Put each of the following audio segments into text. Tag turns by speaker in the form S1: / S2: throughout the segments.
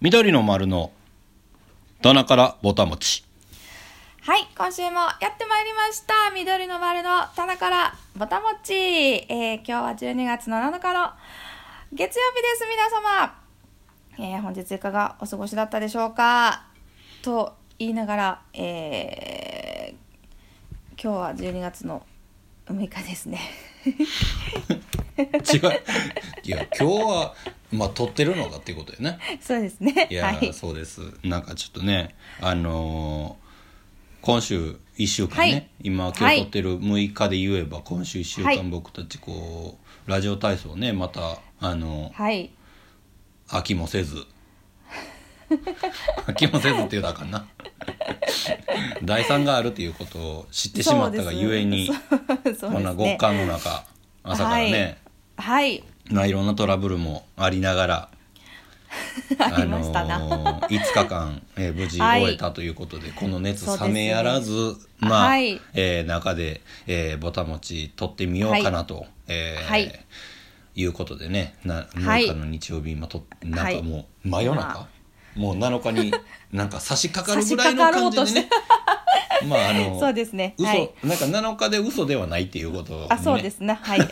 S1: 緑の丸の棚からぼたもち
S2: はい、今週もやってまいりました。緑の丸の棚からぼたもっち。えー今日は12月の7日の月曜日です、皆様。えー本日いかがお過ごしだったでしょうかと言いながら、えー今日は12月の6日ですね。
S1: 違ういや今日はまあ撮ってるのがっていうことよね
S2: そうですね。
S1: いや、
S2: はい。
S1: そうですなんかちょっとねあのー今週1週間ね、
S2: はい
S1: 今今日撮ってる6日で言えば今週1週間、
S2: はい
S1: 僕たちこうラジオ体操ねまたあの
S2: はい。
S1: 飽きもせ ず飽きもせずって言うたらあかんな 第3があるっていうことを知ってしまったがゆえに、
S2: そうそう
S1: こんな
S2: ですね
S1: 極寒の中朝からね、
S2: はい。
S1: まあいろんなトラブルもありながら
S2: ありましたな。
S1: のー5日間、えー無事
S2: はい
S1: 終えたということで、この熱
S2: そうで
S1: 冷
S2: すね
S1: めやらず、まあ、
S2: はい
S1: えー中で、えー、ぼたもち取ってみようかなと、えー
S2: はい
S1: い、うことでねな
S2: はい
S1: 7日の日曜日今とな
S2: は
S1: ん
S2: い
S1: かもう真夜中、
S2: ま
S1: もう7日になんか差し掛かるぐらいの感じでねまああの
S2: そうですね。
S1: 嘘、
S2: はい。
S1: なんか7日で嘘ではないっていうことを、ね、
S2: あ、そうですね。はい。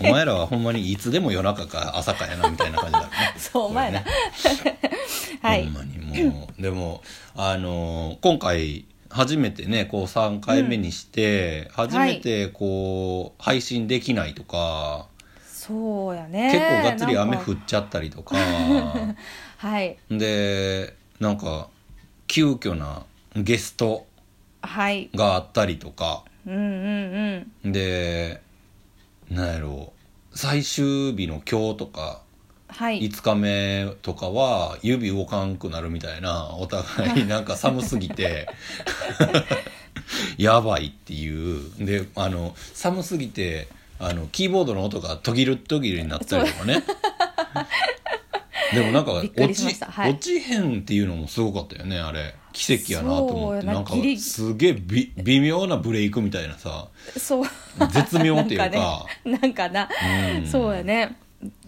S1: お前らはほんまにいつでも夜中か朝かやなみたいな感じだよね
S2: そう、お前ら
S1: こ。
S2: は
S1: れね
S2: い
S1: ほん。まにもうでもあのー今回初めてねこう3回目にして、初めてこう配信できないとか、
S2: そうやね。
S1: 結構がっつり雨降
S2: っ
S1: っちゃったりと か
S2: はい。
S1: でなんか急遽なゲスト
S2: はい。
S1: があったりとか
S2: うんうん
S1: でなんやろう最終日の今日とか
S2: うん。はい。
S1: 5日目とかは指動かんくなるみたいなお互 いなんか寒すぎて やばいっていうであの寒すぎてあのキーボードの音が途切る途切れになったりとかねでもなんか
S2: び
S1: 落
S2: っくりし
S1: ち,、
S2: ましたはい
S1: 落ちへんっていうのもすごかったよねあれ奇跡やなと思って
S2: そうやな
S1: なんか
S2: ギリ
S1: すげえび微妙なブレイクみたいなさ
S2: そう。
S1: 絶妙っていうか
S2: なんかね。なんかな。
S1: うん
S2: そうやね。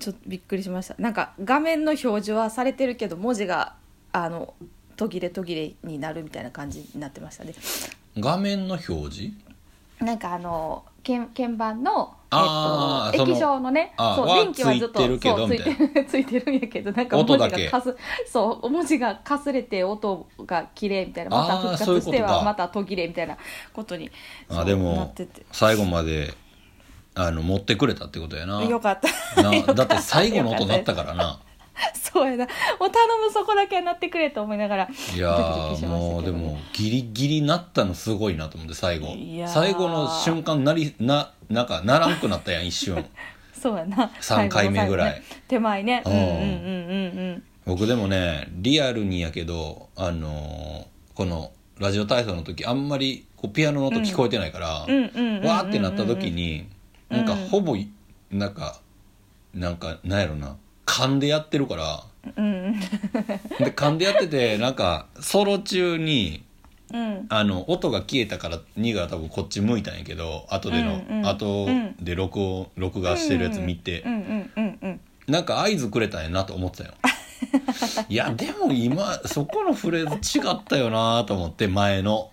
S2: ちょっとびっくりしました。なんか画面の表示はされてるけど、文字が。あの。途切れ途切れになるみたいな感じになってましたね。
S1: 画面の表示
S2: なんかあの。鍵鍵盤の。
S1: あー
S2: えっ
S1: そ
S2: と、
S1: の
S2: 液晶のね
S1: あー
S2: そう
S1: は
S2: 電気はずっと
S1: ついてるけど
S2: そうついて
S1: みた
S2: るついてるんやけどなんか文
S1: 音
S2: 字
S1: だ
S2: が
S1: け
S2: かすそう文字がかすれて音が綺麗みたいなまた
S1: あー
S2: 復
S1: そういうこ
S2: 活し
S1: と
S2: て
S1: か
S2: はまた途切れみたいなことにそ
S1: あ
S2: う
S1: で
S2: な
S1: も
S2: ってて
S1: 最後まであの持ってくれたってことやな
S2: よかった
S1: な
S2: よか
S1: だって最後の音鳴った
S2: よ
S1: からな
S2: かったですそうやなもう頼むそこだけはなってくれと思いながら
S1: いや
S2: ドキドキ
S1: ー
S2: しま
S1: も
S2: し
S1: うで
S2: たけどね
S1: もギリギリなったのすごいなと思って最後
S2: いやー
S1: 最後の瞬間なりななんかならんくなったやん一 瞬
S2: そうやな
S1: 3回目ぐらい
S2: 最後の最後ね手前ね
S1: う
S2: うんんうんうんうんうん
S1: 僕でもねリアルにやけどあのーこのラジオ体操の時あんまりこうピアノの音聞こえてないから、
S2: うんうんうんうん
S1: わーってなった時に、
S2: うん
S1: なんかほぼなんかなんかなんやろな勘でやってるから
S2: うん
S1: で勘でやっててなんかソロ中に
S2: うん
S1: あの音が消えたから2が多分こっち向いたんやけど後での、
S2: うんうん
S1: 後で録音録画してるやつ見て
S2: う、んうんうんうん
S1: なんか合図くれたんやなと思って たよいやでも今そこのフレーズ違ったよなと思って前の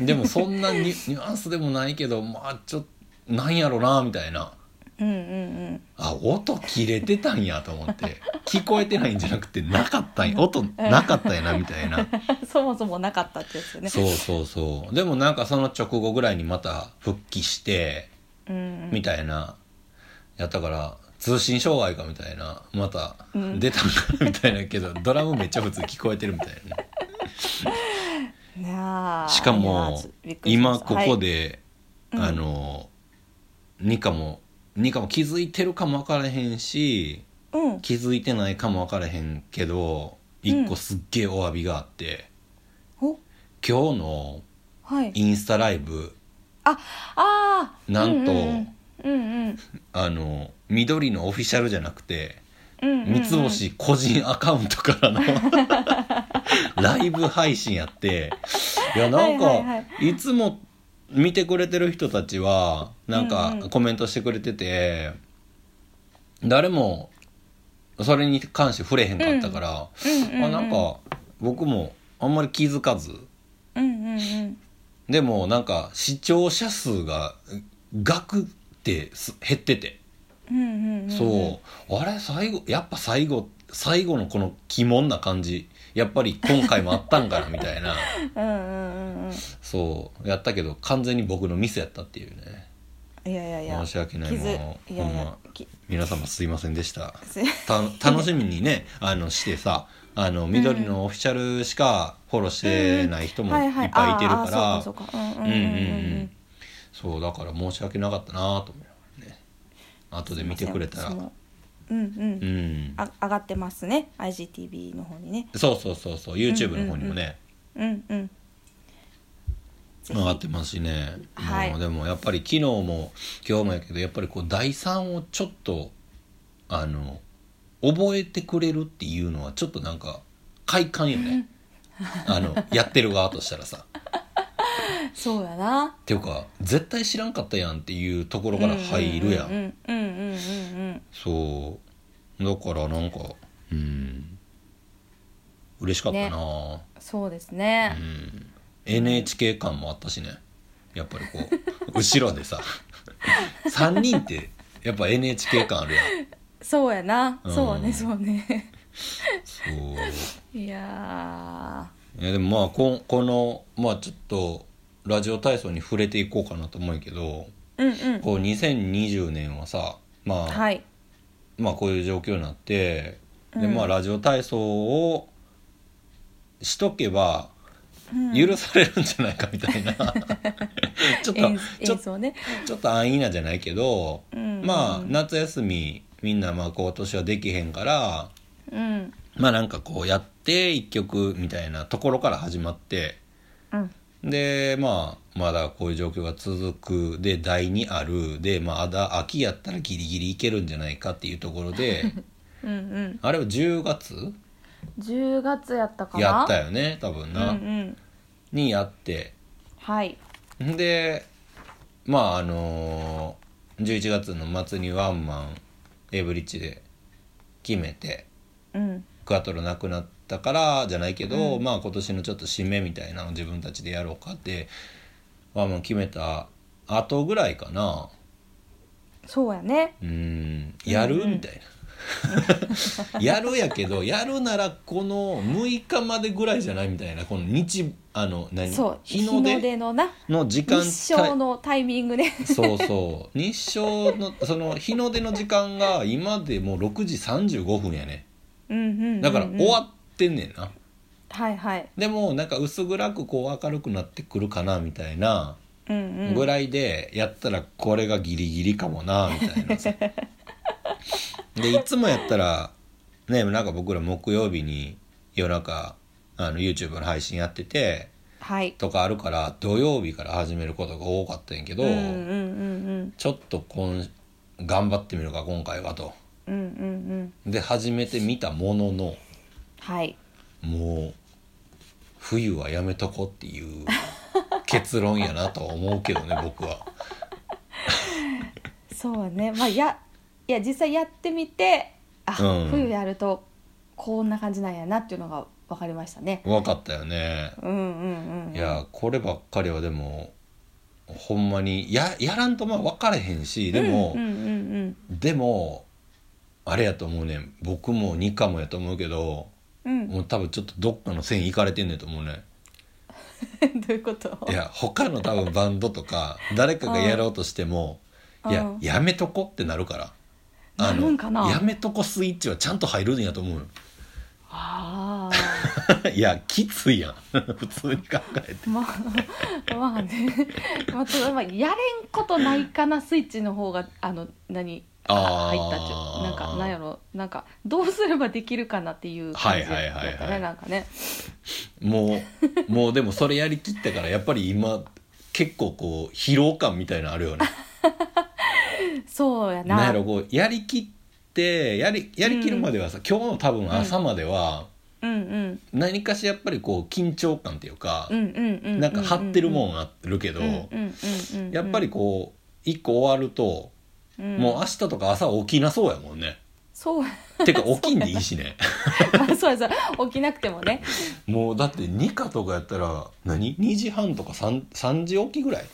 S1: でもそんな ニュニュアンスでもないけどまあちょっとなんやろなみたいな
S2: うんうん
S1: あ音切れてたんやと思って聞こえてないんじゃなくてなかったんや音なかったんやなみたいな
S2: うんそもそもなかったってやつよね
S1: そうそうそうでもなんかその直後ぐらいにまた復帰して
S2: うん
S1: みたいなやったから通信障害かみたいなまた
S2: うん
S1: 出たんかみたいなけ ど、ドラムめっちゃ普通に聞こえてるみたいなね
S2: いやー
S1: しか
S2: いやー
S1: も
S2: ちょっとびっくりしま
S1: 今
S2: した
S1: ここで、
S2: はいうん
S1: あのニカもニカも気づいてるかも分からへんし
S2: はいうん
S1: 気づいてないかも分からへんけど
S2: うん
S1: 一個すっげえお詫びがあって、
S2: お
S1: 今日の
S2: はい
S1: インスタライブ
S2: ああー
S1: なんと
S2: うんうん
S1: あの緑のオフィシャルじゃなくて
S2: うんうんうんうん
S1: 三つ星個人アカウントから のライブ配信やっていやなん
S2: はいはい
S1: かいつも見てくれてる人たちはなん
S2: うんう
S1: か
S2: ん
S1: コメントしてくれてて誰もそれに関して触れへんかったから、
S2: うんうんうん
S1: あなんか僕もあんまり気づかず
S2: うんうんうん
S1: でもなんか視聴者数がガクってす減ってて、
S2: うんうんうん
S1: そうあれ最後やっぱ最後最後のこの鬼門な感じやっぱり今回もあったんかなみたい な
S2: うんうんうんうん
S1: そうやったけど完全に僕のミスやったっていうね
S2: いやいやいや
S1: 申し訳ない
S2: 気づ
S1: もう
S2: いやい
S1: ほん
S2: や
S1: ま
S2: き
S1: 皆様すいませんでした
S2: すい
S1: た楽しみにねあのしてさあの緑のオフィシャルしかフォローしてない人も
S2: はいいはい
S1: っぱいいてる
S2: あ
S1: か
S2: ー
S1: ら
S2: あーそうかそうかうん
S1: うう
S2: うんうんんうんん
S1: う
S2: うん
S1: んそうだから申し訳なかったなと思うね後で見てくれたら
S2: そうのうんうん、
S1: ん
S2: あ上がってますね IGTV の方にね
S1: そうそうそうそう YouTube の方にもね
S2: うんうんぜ
S1: 上
S2: ひ
S1: がってますしね
S2: はい
S1: もうでもやっぱり昨日も今日もやけどやっぱりこう第三をちょっとあの覚えてくれるっていうのはちょっとなんか快感よねあのやってる側としたらさ
S2: そうやな
S1: っていうか絶対知らんかったやんっていうところから入るやん,、
S2: うんうんうんうんうん
S1: そうだからなんかうん嬉しかったな、
S2: そうですね
S1: う、ん、NHK 感もあったしねやっぱりこう 後ろでさ3人ってやっぱ NHK 感あるやん
S2: そうやな、
S1: うん
S2: そうねそうね
S1: そう
S2: いや
S1: いやでもまあここのまあちょっとラジオ体操に触れていこうかなと思うけど
S2: ーうんうん
S1: こう2020年はさまあ、
S2: はい
S1: まあこういう状況になってで、
S2: うん
S1: まあラジオ体操をしとけば
S2: うん
S1: 許されるんじゃないかみたいな、 ちょっと
S2: 演
S1: ちょ
S2: 演奏ね、
S1: ちょっと安易なじゃないけど、
S2: うんうん
S1: まあ夏休みみんなまあ今年はできへんから
S2: うん
S1: まあなんかこうやって一曲みたいなところから始まって
S2: うん
S1: でまあまだこういう状況が続くで第2あるでまあまだ秋やったらギリギリいけるんじゃないかっていうところ で
S2: うんうん
S1: あれは10月
S2: 10月やったかな
S1: やったよね多分な、
S2: うんうん
S1: にやって
S2: はい
S1: でまああのー、11月の末にワンマンエブリッジで決めて
S2: うん
S1: クアトロなくなったからじゃないけど、まあ今年のちょっと締めみたいなのを自分たちでやろうかってワンマン決めた後ぐらいかな
S2: そうやね
S1: うーんや
S2: うん
S1: る
S2: うん
S1: みたいな やるやけどやるならこの6日までぐらいじゃないみたいなこの日あの何
S2: そう
S1: 日の
S2: 日の
S1: 出
S2: 出のな
S1: の時間帯
S2: 日照のタイミングね
S1: そうそう日照のその日の出の時間が今でもう6時35分やね
S2: うんうんうんうん
S1: だから終わってんねんな、
S2: はいはい
S1: でもなんか薄暗くこう明るくなってくるかなみたいな
S2: うんうん
S1: ぐらいでやったらこれがギリギリかもなみたい なさでいつもやったらねなんか僕ら木曜日に夜中あの YouTube の配信やってて
S2: はい
S1: とかあるから土曜日から始めることが多かったんやけど、
S2: うんうんうん
S1: ちょっと今頑張ってみるか今回はと。
S2: うんうんうんうん
S1: で始めてみたものの
S2: はい
S1: もう冬はやめとこっていう結論やなとは思うけどね 僕は。
S2: そうやねまあやいや実際やってみてあ、
S1: うん
S2: 冬やるとこんな感じなんやなっていうのが分かりましたね
S1: 分かったよね。
S2: うんうんうん
S1: いやこればっかりはでもほんまにややらんとまあ分かれへんしでも、
S2: うんうんうん
S1: でもあれやと思うねん僕もニカもやと思うけど
S2: うん、うん、
S1: もう多分ちょっとどっかの線いかれてんねんと思うねん。
S2: どういうこと
S1: いや他の多分バンドとか誰かがやろうとしても
S2: うん
S1: いや
S2: うん
S1: やめとこってなるから
S2: なるんかな
S1: やめとこスイッチはちゃんと入るんやと思うよ
S2: あ
S1: いやきついやん 普通に考えて
S2: あ まあまあね、まあ、ちょっとまあやれんことないかなスイッチの方があの何
S1: あー
S2: 入ったっていうなんかなんやろなんかどうすればできるかなっていう感じだったね、
S1: はいはいはいはい
S2: なんかね
S1: もうもうでもそれやりきったからやっぱり今結構こう疲労感みたいなのあるよね
S2: そうや な
S1: なんやろこうやりきってやりやりきるまではさ、今日の多分朝までは
S2: うんうん
S1: 何かしらやっぱりこう緊張感っていうか
S2: う、んうんうん
S1: なんか張ってるも
S2: ん
S1: んあるけど、や
S2: や
S1: っぱりこう一個終わると、
S2: うん
S1: もう明日とか朝起きなそうやもんね
S2: そう
S1: てか起きんでいいしね
S2: まあそうです起きなくてもね
S1: もうだって2課とかやったら何2時半とか 3, 3時起きぐらい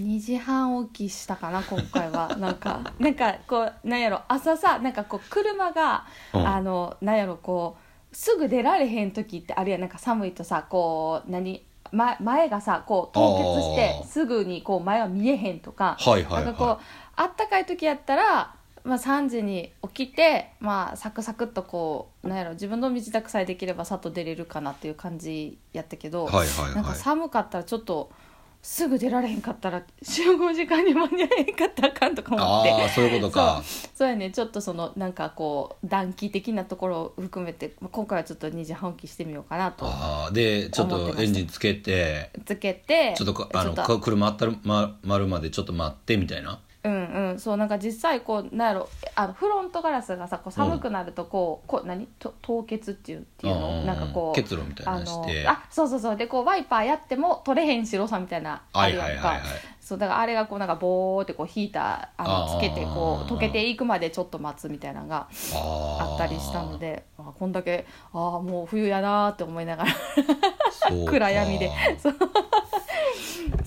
S2: 2時半起きしたかな今 回はなんかなんかこうなんやろ朝さなんかこう車が、
S1: うん
S2: あのなんやろこうすぐ出られへん時ってあるやんなんか寒いとさこう何前前がさこう凍結し
S1: あー
S2: てすぐにこう前は見えへんとか、
S1: はいはい
S2: なんかこう
S1: は
S2: あったかい時やったら、まあ、3時に起きて、まあ、サクサクっとこうなんやろ自分の身支度さえできればさっと出れるかなっていう感じやったけど、
S1: いはいはい
S2: なんか
S1: は
S2: 寒かったらちょっとすぐ出られへんかったら集合時間に間に合えへんかったらあかんとか
S1: い
S2: 思っ
S1: ああ
S2: て
S1: そういうことか
S2: そうやねちょっとそのなんかこう暖気的なところを含めてまあ今回はちょっと2時半起きしてみようかなと
S1: ああでちょっ
S2: 思ってまし
S1: と
S2: た
S1: エンジンつけて
S2: つけて
S1: ちょっとかあの
S2: ちょっと
S1: か車あったるままるまでちょっと待ってみたいな
S2: うんうんそうなんか実際こうなんやろあのフロントガラスがさこう寒くなるとこう,、こう何と凍結っていうっていうのなんかこう
S1: 結露みたい
S2: あ
S1: なの
S2: の
S1: して
S2: あそうそうそうでこうワイパーやっても取れへん白さみたいなあ
S1: はい
S2: るや
S1: はいはい
S2: ん
S1: はい
S2: かそうだからあれがこうなんかボーってこう引いたあの
S1: あー
S2: つけてこう溶けていくまでちょっと待つみたいなのが
S1: あー
S2: あったりしたのであこんだけああもう冬やなーって思いながら
S1: そうか
S2: 暗闇でそう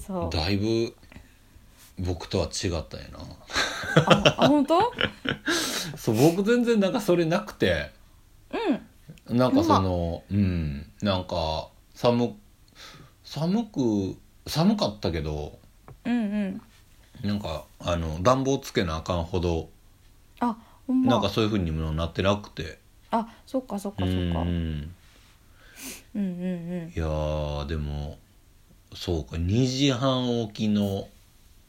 S2: そう
S1: だいぶ僕とは違ったんやな
S2: ああ本当
S1: そう僕全然なんかそれなくて
S2: うん
S1: なんかそのうんなんか寒寒く寒かったけど
S2: うんうん
S1: なんかあの暖房つけなあかんほど
S2: あほんま
S1: なんかそういうふうにもなってなくて、
S2: あそっかそっかそっ
S1: う
S2: かうんうん
S1: ん
S2: うん
S1: いやーでもそうか2時半起きの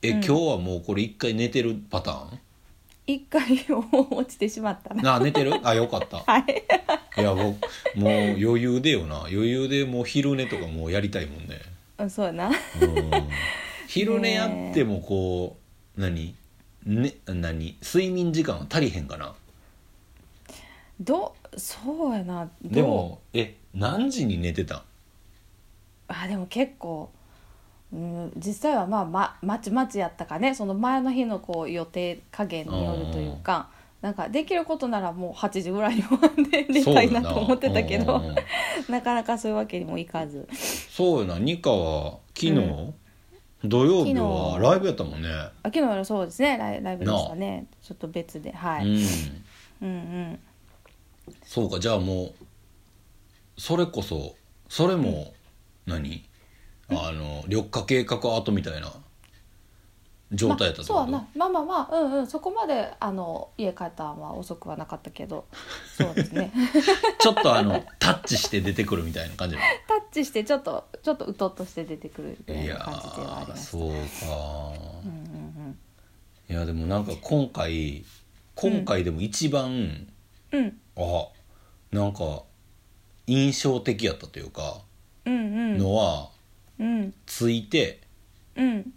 S1: え、
S2: うん
S1: 今日はもうこれ一回寝てるパター
S2: 一回落ちてしまったな
S1: ンあ寝てるあよかった
S2: はい
S1: いや僕もう余裕でよな余裕でもう昼寝とかもうやりたいもんね、
S2: うんそうやな
S1: うん、昼寝やってもこう何ね何睡眠時間は足りへんかな
S2: どそうやなどう
S1: でもえ何時に寝てたん
S2: あでも結構、うん、実際はまあままちまちやったかねその前の日のこう予定加減によるというかなんかできることならもう8時ぐらいに終わ って寝たいなと思ってたけ
S1: そうよ
S2: ど
S1: なうん
S2: なかなかそういうわけにもいかず
S1: そうよなニカは昨日、
S2: う
S1: 土曜日
S2: 昨
S1: は
S2: 日
S1: ライブやったもんね、
S2: あ昨日はそうですねライライブでしたねちょっと別ではい、
S1: うん
S2: うんうん
S1: そうかじゃあもうそれこそそれも何、あの緑化計画アートみたいな状態やったってこと、
S2: まあ、そうやなまあまあまあうんうんそこまであの家帰ったんは遅くはなかった けどそうですね
S1: ちょっとあのタッチして出てくるみたいな感じい
S2: タッチしてちょっとちょっとうとっとして出てくるみたい
S1: や
S2: な感じではあり
S1: ー
S2: ます
S1: そうか、
S2: うんうん
S1: いやでもなんか今回今回でも一番、
S2: うんうん
S1: あなんか印象的やったというか
S2: うんうん
S1: のは、
S2: うん
S1: ついて
S2: うん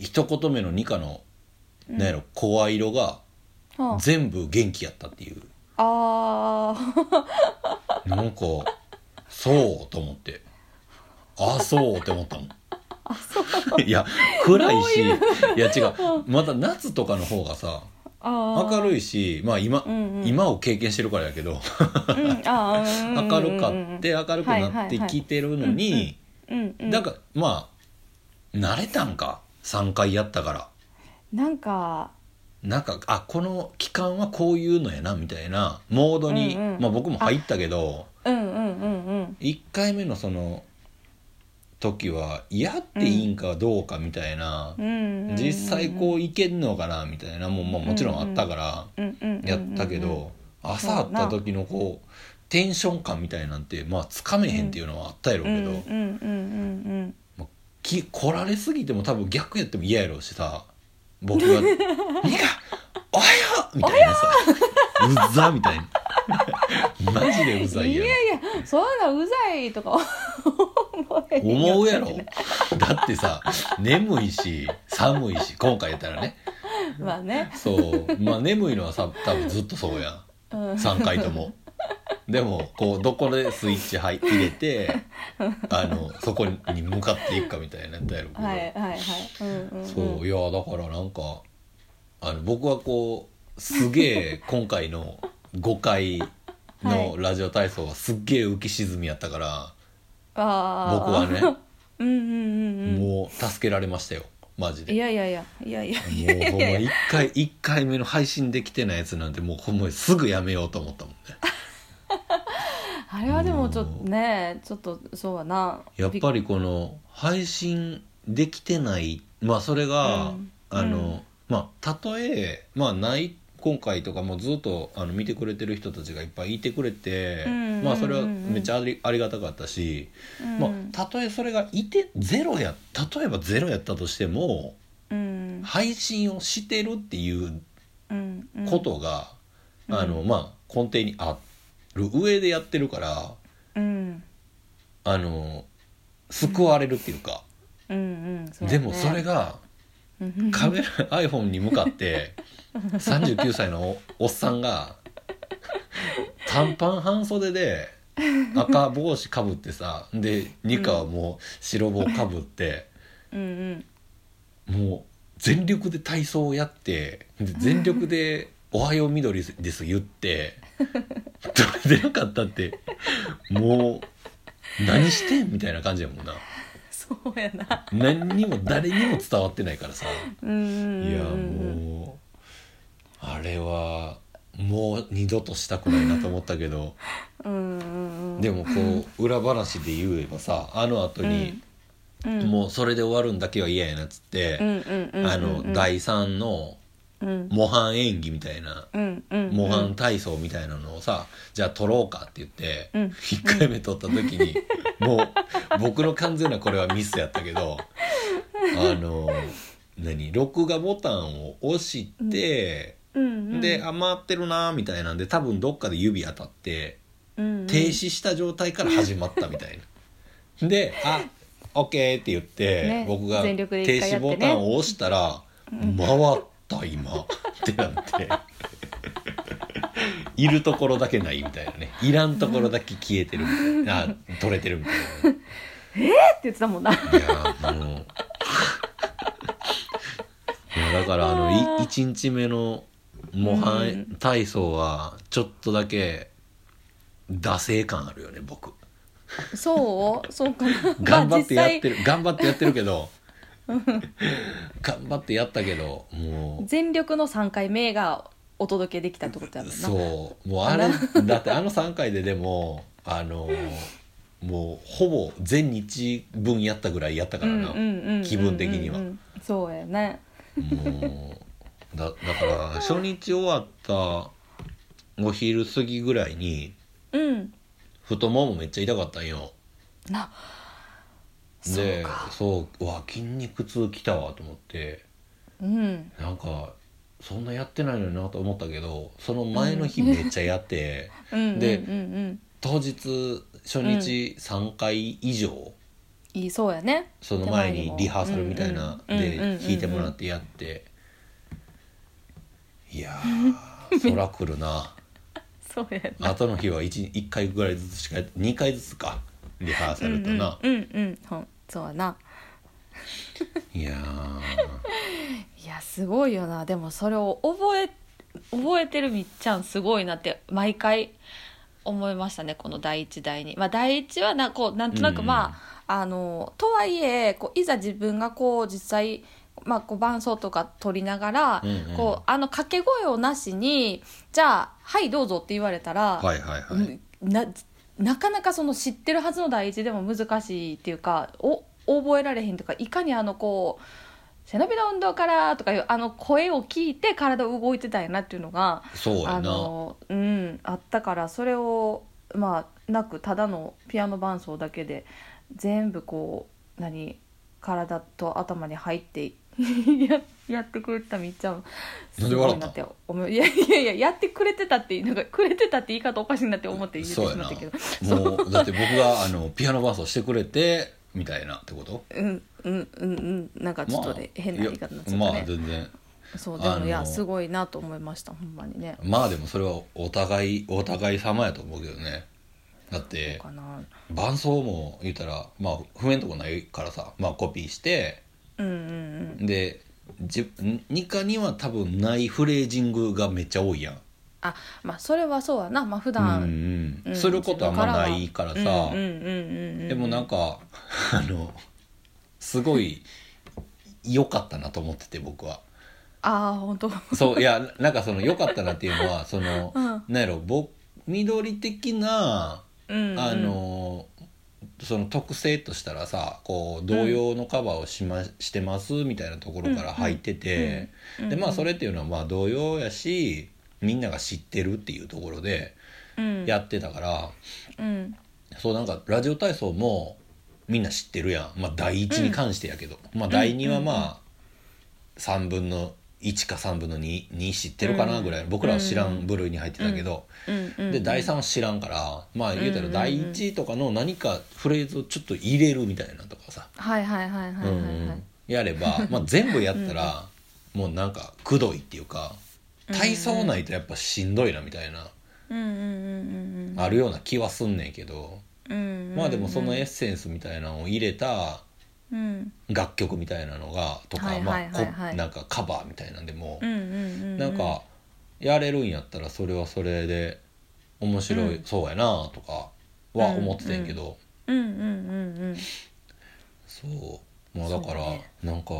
S1: 一言目のニカの、
S2: うん
S1: なんやろ声色が
S2: は
S1: 全部元気やったっていう、
S2: ああー
S1: なんかそうと思ってあそうって思ったも ん。いや暗いしいや違うまた夏とかの方がさ
S2: あー
S1: 明るいしまあ今、
S2: うんうん
S1: 今を経験してるからやけど
S2: うんあーうんうん
S1: 明るかって明るくなってきてるのに、
S2: はいはいうんうん
S1: なんかまあ慣れたんか3回やったから
S2: なんか
S1: なんかあこの期間はこういうのやなみたいなモードに、
S2: うんうん
S1: まあ、僕も入ったけど
S2: うんうんうんうん
S1: 1回目のその時はやっていいんかどうかみたいな、
S2: うんうん
S1: 実際こういけんのかなみたいなもん、まあ、もちろんあったから
S2: うんうんうんうん
S1: やったけど、朝会った時のこうテンション感みたいなんてまあつかめへんっていうのはあったやろう
S2: う
S1: け
S2: んうん
S1: ど、
S2: うんうん
S1: き来られすぎても多分逆やっても嫌やろうしさ僕 が「ニカおはよう!」みたいなさ「うっざ」みたいな マジでう
S2: う
S1: ざ
S2: ん
S1: い
S2: い
S1: や
S2: や
S1: ん
S2: いやそんなうざいとか 思えへんよ
S1: 思うやろだってさ眠いし寒いし今回やったらね
S2: まあね
S1: そうまあ眠いのはさ多分ずっとそうや
S2: うん
S1: ん
S2: う
S1: 3回ともでもこうどこでスイッチ入入れ てあのそこに向かっていくかみたいなやったやろうけど、
S2: はいはいはいうんうんうん
S1: そういやだからなんかあの僕はこうすげえ今回の5回のラジオ体操はすっげえ浮き沈みやったから、
S2: あー
S1: 僕はね
S2: うん うんうんうん
S1: もう助けられましたよマジで
S2: いやいやいやいやいやい
S1: も
S2: や
S1: う
S2: いや
S1: ほん
S2: い
S1: ま
S2: やいや
S1: 1回一回目の配信できてないやつなんてもうほんますぐやめようと思ったもんね
S2: あれはでもちょっとねちょっとそうやな
S1: やっぱりこの配信できてないまあそれが、
S2: うん
S1: あの、
S2: うん
S1: まあたとえまあない今回とかもずっとあの見てくれてる人たちがいっぱいいてくれて、
S2: うんうんうんうん
S1: まあそれはめっちゃありありがたかったし、
S2: うん
S1: まあたとえそれがいてゼロや例えばゼロやったとしても
S2: うん
S1: 配信をしてるっていう
S2: うんうん
S1: ことが、
S2: うん
S1: あのまあ根底にある上でやってるから
S2: うん
S1: あの救われるっていうか、
S2: うんうんう
S1: でもそれ
S2: が
S1: がカメラ iPhone に向かって39歳のおおっさんが短パン半袖で赤帽子かぶってさでニカはもう白帽かぶって、
S2: うんうん
S1: もう全力で体操をやってで全力で「おはようみどりです」言って取れてなかったってもう何してんみたいな感じやもんな
S2: そうやな
S1: 何にも誰にも伝わってないからさ。
S2: うんうんうん
S1: いや
S2: うん
S1: もうあれはもう二度としたくないなと思ったけど
S2: うんうんうん
S1: でもこう裏話で言えばさあの後に、
S2: うん
S1: もうそれで終わるんだけは嫌やなっつって、
S2: うんうんうんうん
S1: あの第3の
S2: うん
S1: 模範演技みたいな、
S2: うんうん
S1: 模範体操みたいなのをさじゃあ撮ろうかって言って、
S2: うん
S1: 一1回目撮った時に、もう僕の完全なこれはミスやったけ どあの何録画ボタンを押して。
S2: うんうん
S1: で余ってるなーみたいなんで多分どっかで指当たって
S2: うんうん
S1: 停止した状態から始まったみたい な。で「あオッケー」って言って、
S2: ね
S1: 僕が
S2: 全
S1: 停
S2: 力で一回や
S1: 止
S2: って
S1: ボ
S2: ね
S1: タンを押したら「回った今」ってな って。いるところだけないみたいなねいらんところだけ消えてるみたいなあ取れてるみたいな
S2: って言ってたもんない
S1: やーもう いやだからあのい1日目の模範体操はちょっとだけ惰性感あるよね僕
S2: そうそうか な
S1: 頑張ってやっ
S2: まあ実際
S1: てる頑張ってやってるけ ど頑張ってやったけども
S2: 全力の3回目がお届けできたってことや
S1: う
S2: もんな
S1: そうもうあれだってあの3回ででもあのもうほぼ全日分やったぐらいやったからな、
S2: うんうんうんうんうん
S1: 気分的には
S2: そうやね
S1: もうだだから初日終わったお昼過ぎぐらいに
S2: うん
S1: 太ももめっちゃ痛かったんよ
S2: な
S1: でそううわ筋肉痛きたわと思って
S2: うん
S1: なんかそんなやってないのになと思ったけどその前の日めっちゃやって、
S2: うん
S1: で
S2: うんうんうん
S1: 当日初日3回以上、
S2: いいそうやね
S1: その前にリハーサルみたいなで弾いてもらってやっていや ーそら来るな。
S2: 手前にも うんうんうんうんそうやな
S1: 後の日は 1, 一回ぐらいずつしか2回ずつかリハーサルとな、
S2: うんうんうんうんほんそうやない
S1: や
S2: いやすごいよなでもそれを覚え覚えてるみっちゃんすごいなって毎回思いましたねこの第一第二まあ第一はなこうなんとな
S1: う
S2: く
S1: ん
S2: まあ、あのとはいえこういざ自分がこう実際まあ、こう伴奏とか取りながら、
S1: うんうん
S2: こうあの掛け声をなしにじゃあ「はいどうぞ」って言われたら、
S1: ーはいはいはい、
S2: ななかなかその知ってるはずの第一でも難しいっていうかお覚えられへんというかいかにあのこう背伸びの運動からとかいうあの声を聞いて体動いてたんやなっていうのが
S1: そうや
S2: あ
S1: な
S2: の、うん、あったからそれをまあなくただのピアノ伴奏だけで全部こう何体と頭に入って ややってくれたみっちゃん
S1: なん
S2: す
S1: で
S2: ご
S1: 笑
S2: い
S1: った
S2: なって思ういやいやいややってくれてたってなんかくれてたって言い方おかしいなって思って言ってし
S1: そうや
S2: ま
S1: な
S2: ったけど
S1: もうだって僕があのピアノ伴奏してくれてみたいなってこと
S2: うんうんうんうんなんかちょっとね、変な言い方になっちゃっ
S1: いや
S2: た
S1: まあ
S2: ね、
S1: 全然
S2: そうでも、
S1: あの
S2: いやすごいなと思いましたほんまにね
S1: まあでもそれはお互いお互い様やと思うけどねだって
S2: かな
S1: 伴奏も言ったらまあ譜面とかないからさまあコピーして
S2: うんうんうん
S1: でじニカには多分ないフレージングがめっちゃ多いやん
S2: あまあそれはそうやなまあ普
S1: うん
S2: 段、
S1: う、
S2: うんん
S1: することはあんまないからさ、
S2: うんうんうんうん、
S1: でもなんか あのすごい良かったなと思ってて僕は。
S2: ああ本当
S1: そういやなんかその良かったなっていうのはその、
S2: うん
S1: なんやろぼ緑的な
S2: うん、うん、
S1: あの、その特性としたらさこう同様のカバーをし,、ま、してますみたいなところから入ってて、
S2: うんうん
S1: でまあそ
S2: れ
S1: れっていうのはまあ同様やしみんなが知ってるっていうところでやってたから、
S2: うん
S1: そうなんかラジオ体操もみんな知ってるやん、まあ、第一に関してやけど、まあ、第二は
S2: うんうん
S1: まあ3分の1か3分の 2, 2知ってるかなぐらいの僕らは知らん部類に入ってたけど、
S2: うんうん
S1: で第3は知らんからまあ言うた
S2: うんうんう
S1: ら
S2: ん
S1: 第一とかの何かフレーズをちょっと入れるみたいなとかさ、
S2: はいはいはいはいはいはい、
S1: うんうんやれ ば、まあ、全部やったらもうなんかくどいっていうか体操ないとやっぱしんどいなみたいな、
S2: うんうんうんうん
S1: あるような気はすんねんけど。
S2: うんうん
S1: まあでもそのエッセンスみたいなのを入れた
S2: うん
S1: 楽曲みたいなのがと
S2: は
S1: か
S2: い
S1: ま
S2: はい
S1: あ
S2: はいはい
S1: こなんかカバーみたいなんでも
S2: うんうんうんうん
S1: なんかやれるんやったらそれはそれで面白
S2: う
S1: い
S2: ん
S1: そうやなとかは思ってたんやけど
S2: うんうんうん
S1: そうまあだから
S2: そうね
S1: なんか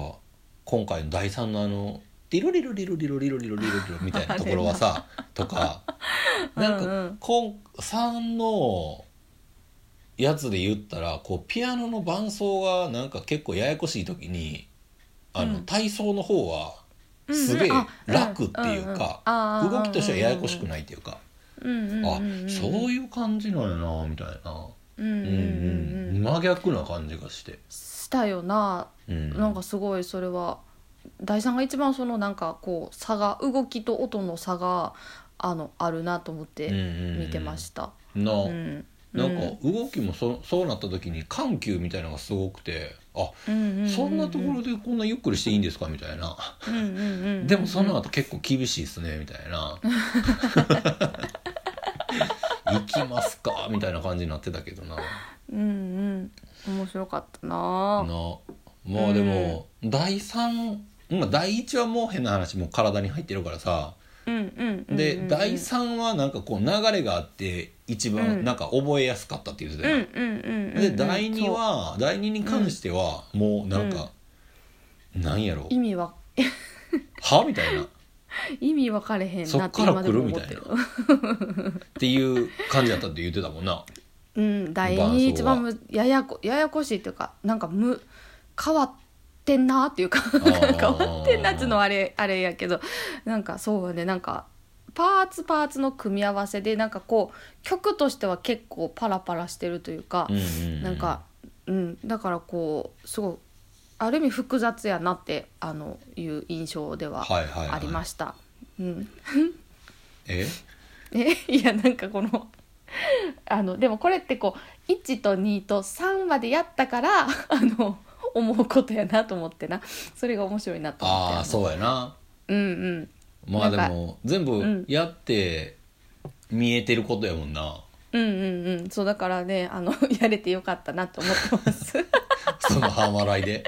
S1: 今回の第3のあの「リロリロリロリロリロリロリロリロ」みたいなところはさとかなん
S2: うんう
S1: か
S2: ん
S1: こん3のやつで言ったらこうピアノの伴奏がなんか結構ややこしい時にあの、
S2: うん
S1: 体操の方は
S2: うん
S1: すげえ
S2: うんあ
S1: 楽っていうか、
S2: うんうんあ
S1: 動
S2: ー
S1: きとしてはややこしくないっていうか、
S2: うんうん
S1: あ
S2: うんうん
S1: そういう感じなんやなみたいな、
S2: うんうん
S1: う
S2: うんんうん
S1: うん、真逆な感じがして。
S2: したよな
S1: うん、
S2: なんかすごいそれは第三が一番そのなんかこう差が動きと音の差があのあるなと思って見
S1: 見
S2: てました。
S1: な,、
S2: うん
S1: なんか動きもそそうなった時に緩急みたいなのがすごくてあ
S2: うん
S1: そんなところ
S2: で、
S1: でこんなゆっくりしていいんですかみたいな
S2: うんうんうんうん、
S1: でもその後結構厳しいですねみたいな行きますかみたいな感じになってたけどな
S2: うんうん面白かったな
S1: なまあでも第3まあ第1はもう変な話もう体に入ってるからさ
S2: うんうんうんうん
S1: で、第3はなんかこう流れがあって一
S2: う
S1: 番
S2: ん
S1: なんか覚えやすかったって言ってた
S2: うん
S1: やん
S2: うんうんうん
S1: で第2は第2に関してはもうなんか、なんやろ
S2: そう意味は
S1: はみたいなっ
S2: 意味分かれへん
S1: そ
S2: な
S1: っ
S2: って
S1: から
S2: 今でも思ってる
S1: 来るていう感じだったって言ってたもんな
S2: うん第
S1: 伴奏は
S2: 2一番むややこややこしいっていうかなんかむ変わってん なっていうか変わってんなっつうのはあれあれやけどなんかそうねなんかパーツパーツの組み合わせでなんかこう曲としては結構パラパラしてるというか、なんか、うん、だからこうすごいある意味複雑やなってあのいう印象では
S1: はいはいはい
S2: ありました。うん、
S1: え
S2: えいやなんかこのあのでもこれってこう1と2と3までやったから あの思うことやなと思ってなそれが面白いなと思って
S1: ああ
S2: う
S1: そうやな
S2: うん
S1: まあで
S2: なんか
S1: も全部やって見えてることやもんな、
S2: うんうんうんうんそうだからねあの やれてよかったなと思ってます
S1: その半笑いで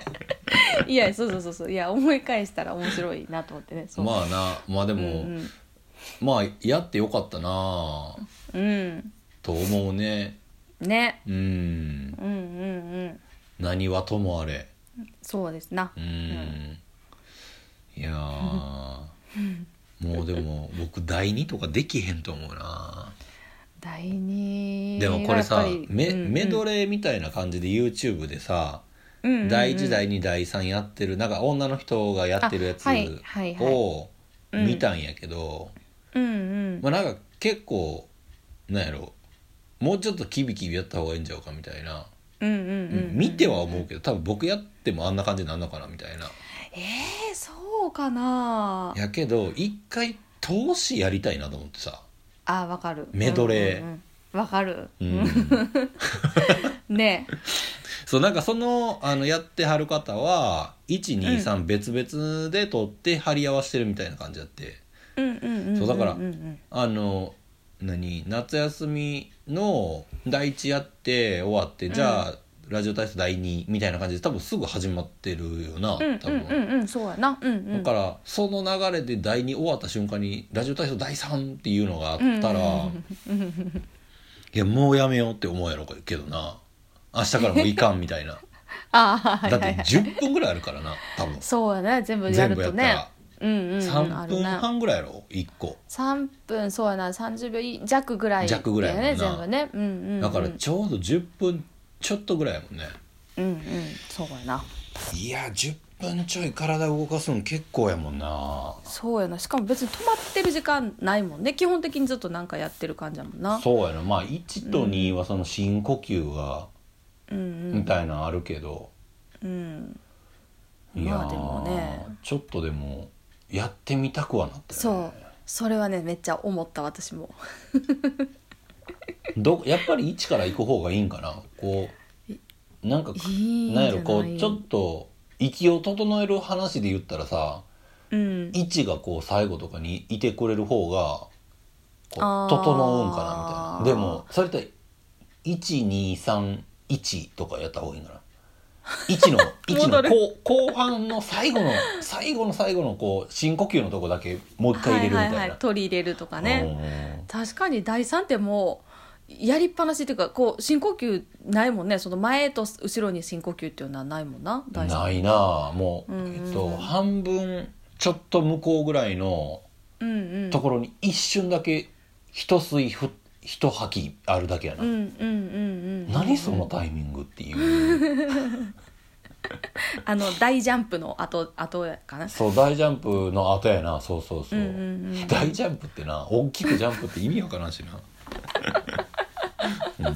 S2: いやそうそうそうそういや思い返したら面白いなと思ってね そう
S1: まあなまあで
S2: うん
S1: も、まあやってよかったな
S2: うん、うん
S1: と思うね
S2: ね
S1: うん
S2: うんうんうん
S1: 何はともあれ
S2: そうですな
S1: うーんいやーもうでも僕第二とかできへんと思うな
S2: 第二
S1: でもこれさ、メメド
S2: レ
S1: レーみたいな感じで YouTube でさ、
S2: ー、うんうん
S1: 第1第2第3やってるなんか女の人がやってるやつ
S2: あはいはいはい
S1: を見たんやけど、
S2: うんうん
S1: まあなんか結構なんやろもうちょっとキビキビやった方がいいんちゃうかみたいな、
S2: うんうんうんうん
S1: 見ては思うけど多分僕やってもあんな感じになんのかなみたいな。
S2: えー、そうかな
S1: やけど一回通しやりたいなと思ってさ、
S2: あわかる
S1: メドレー
S2: うんうんうんわ、かる
S1: うん、
S2: ね
S1: そうなんかそのあのやってはる方は123別々で取って貼り合わせてるみたいな感じやって
S2: うんうんうんんん
S1: そうだから
S2: んん
S1: あの何夏休みの第一やって終わってじゃあ、ラジオ体操第2みたいな感じで多分すぐ始まってるよな多
S2: うん
S1: 分、
S2: うんうんうんそうやなうんうん
S1: だからその流れで第2終わった瞬間に「ラジオ体操第3」っていうのがあったら、いやもうやめようって思うやろけどな明日からもういかんみたいな
S2: ああ はい
S1: だっ
S2: はい
S1: て
S2: はい
S1: 10分ぐらいあるからな多分
S2: そうやね全部やるとねうんうんうんあ
S1: 3
S2: る
S1: 分
S2: ね
S1: 半ぐらいやろ1個
S2: 3分そうやな30秒弱ぐらい
S1: 弱ぐらいや
S2: だよ
S1: もんな
S2: ね全部ねうんうんうん
S1: だからちょうど10分ちょっとぐらいやもんね
S2: うんうんそうやない
S1: や10分ちょい体動かすの結構やもんな
S2: そうやなしかも別に止まってる時間ないもんね基本的にずっとなんかやってる感じやもんな
S1: そうやなまあ1と2はその深呼吸が
S2: うん
S1: みたいなのあるけど、
S2: うんうん
S1: いやー
S2: まあでもね
S1: ちょっとでもやってみたくはなったよ
S2: そ
S1: ね
S2: うそれはねめっちゃ思った私も
S1: どやっぱり1から行く方がいいんかなこうなんか
S2: いいんじ
S1: なん
S2: ゃ
S1: や
S2: な
S1: ろ
S2: い
S1: こうちょっと息を整える話で言ったらさ
S2: うん
S1: 1がこう最後とかにいてくれる方がこう
S2: あー
S1: 整うんかなみたいなでもそれって1231とかやった方がいいんかな1の 一の
S2: 戻る
S1: 後後半の最後の最後の最後のこう深呼吸のとこだけもう一回入れるみたいな、
S2: はいはいはい、取り入れるとかね、
S1: ね
S2: 確かに第3ってもうやりっぱなしっていうかこう深呼吸ないもんねその前と後ろに深呼吸っていうのはないもんな第三
S1: ないなあもう、
S2: うんうんうん
S1: えっと、半分ちょっと向こうぐらいの
S2: うんうん
S1: ところに一瞬だけ一吸いふ一吐きあるだけやな、
S2: うんうんうんうん
S1: 何そのタイミングっていう
S2: あの大ジャンプの後後かな
S1: そう大ジャンプの後やなそうそうそう、
S2: うんうんうん
S1: 大ジャンプってな大きくジャンプって意味わからんしな、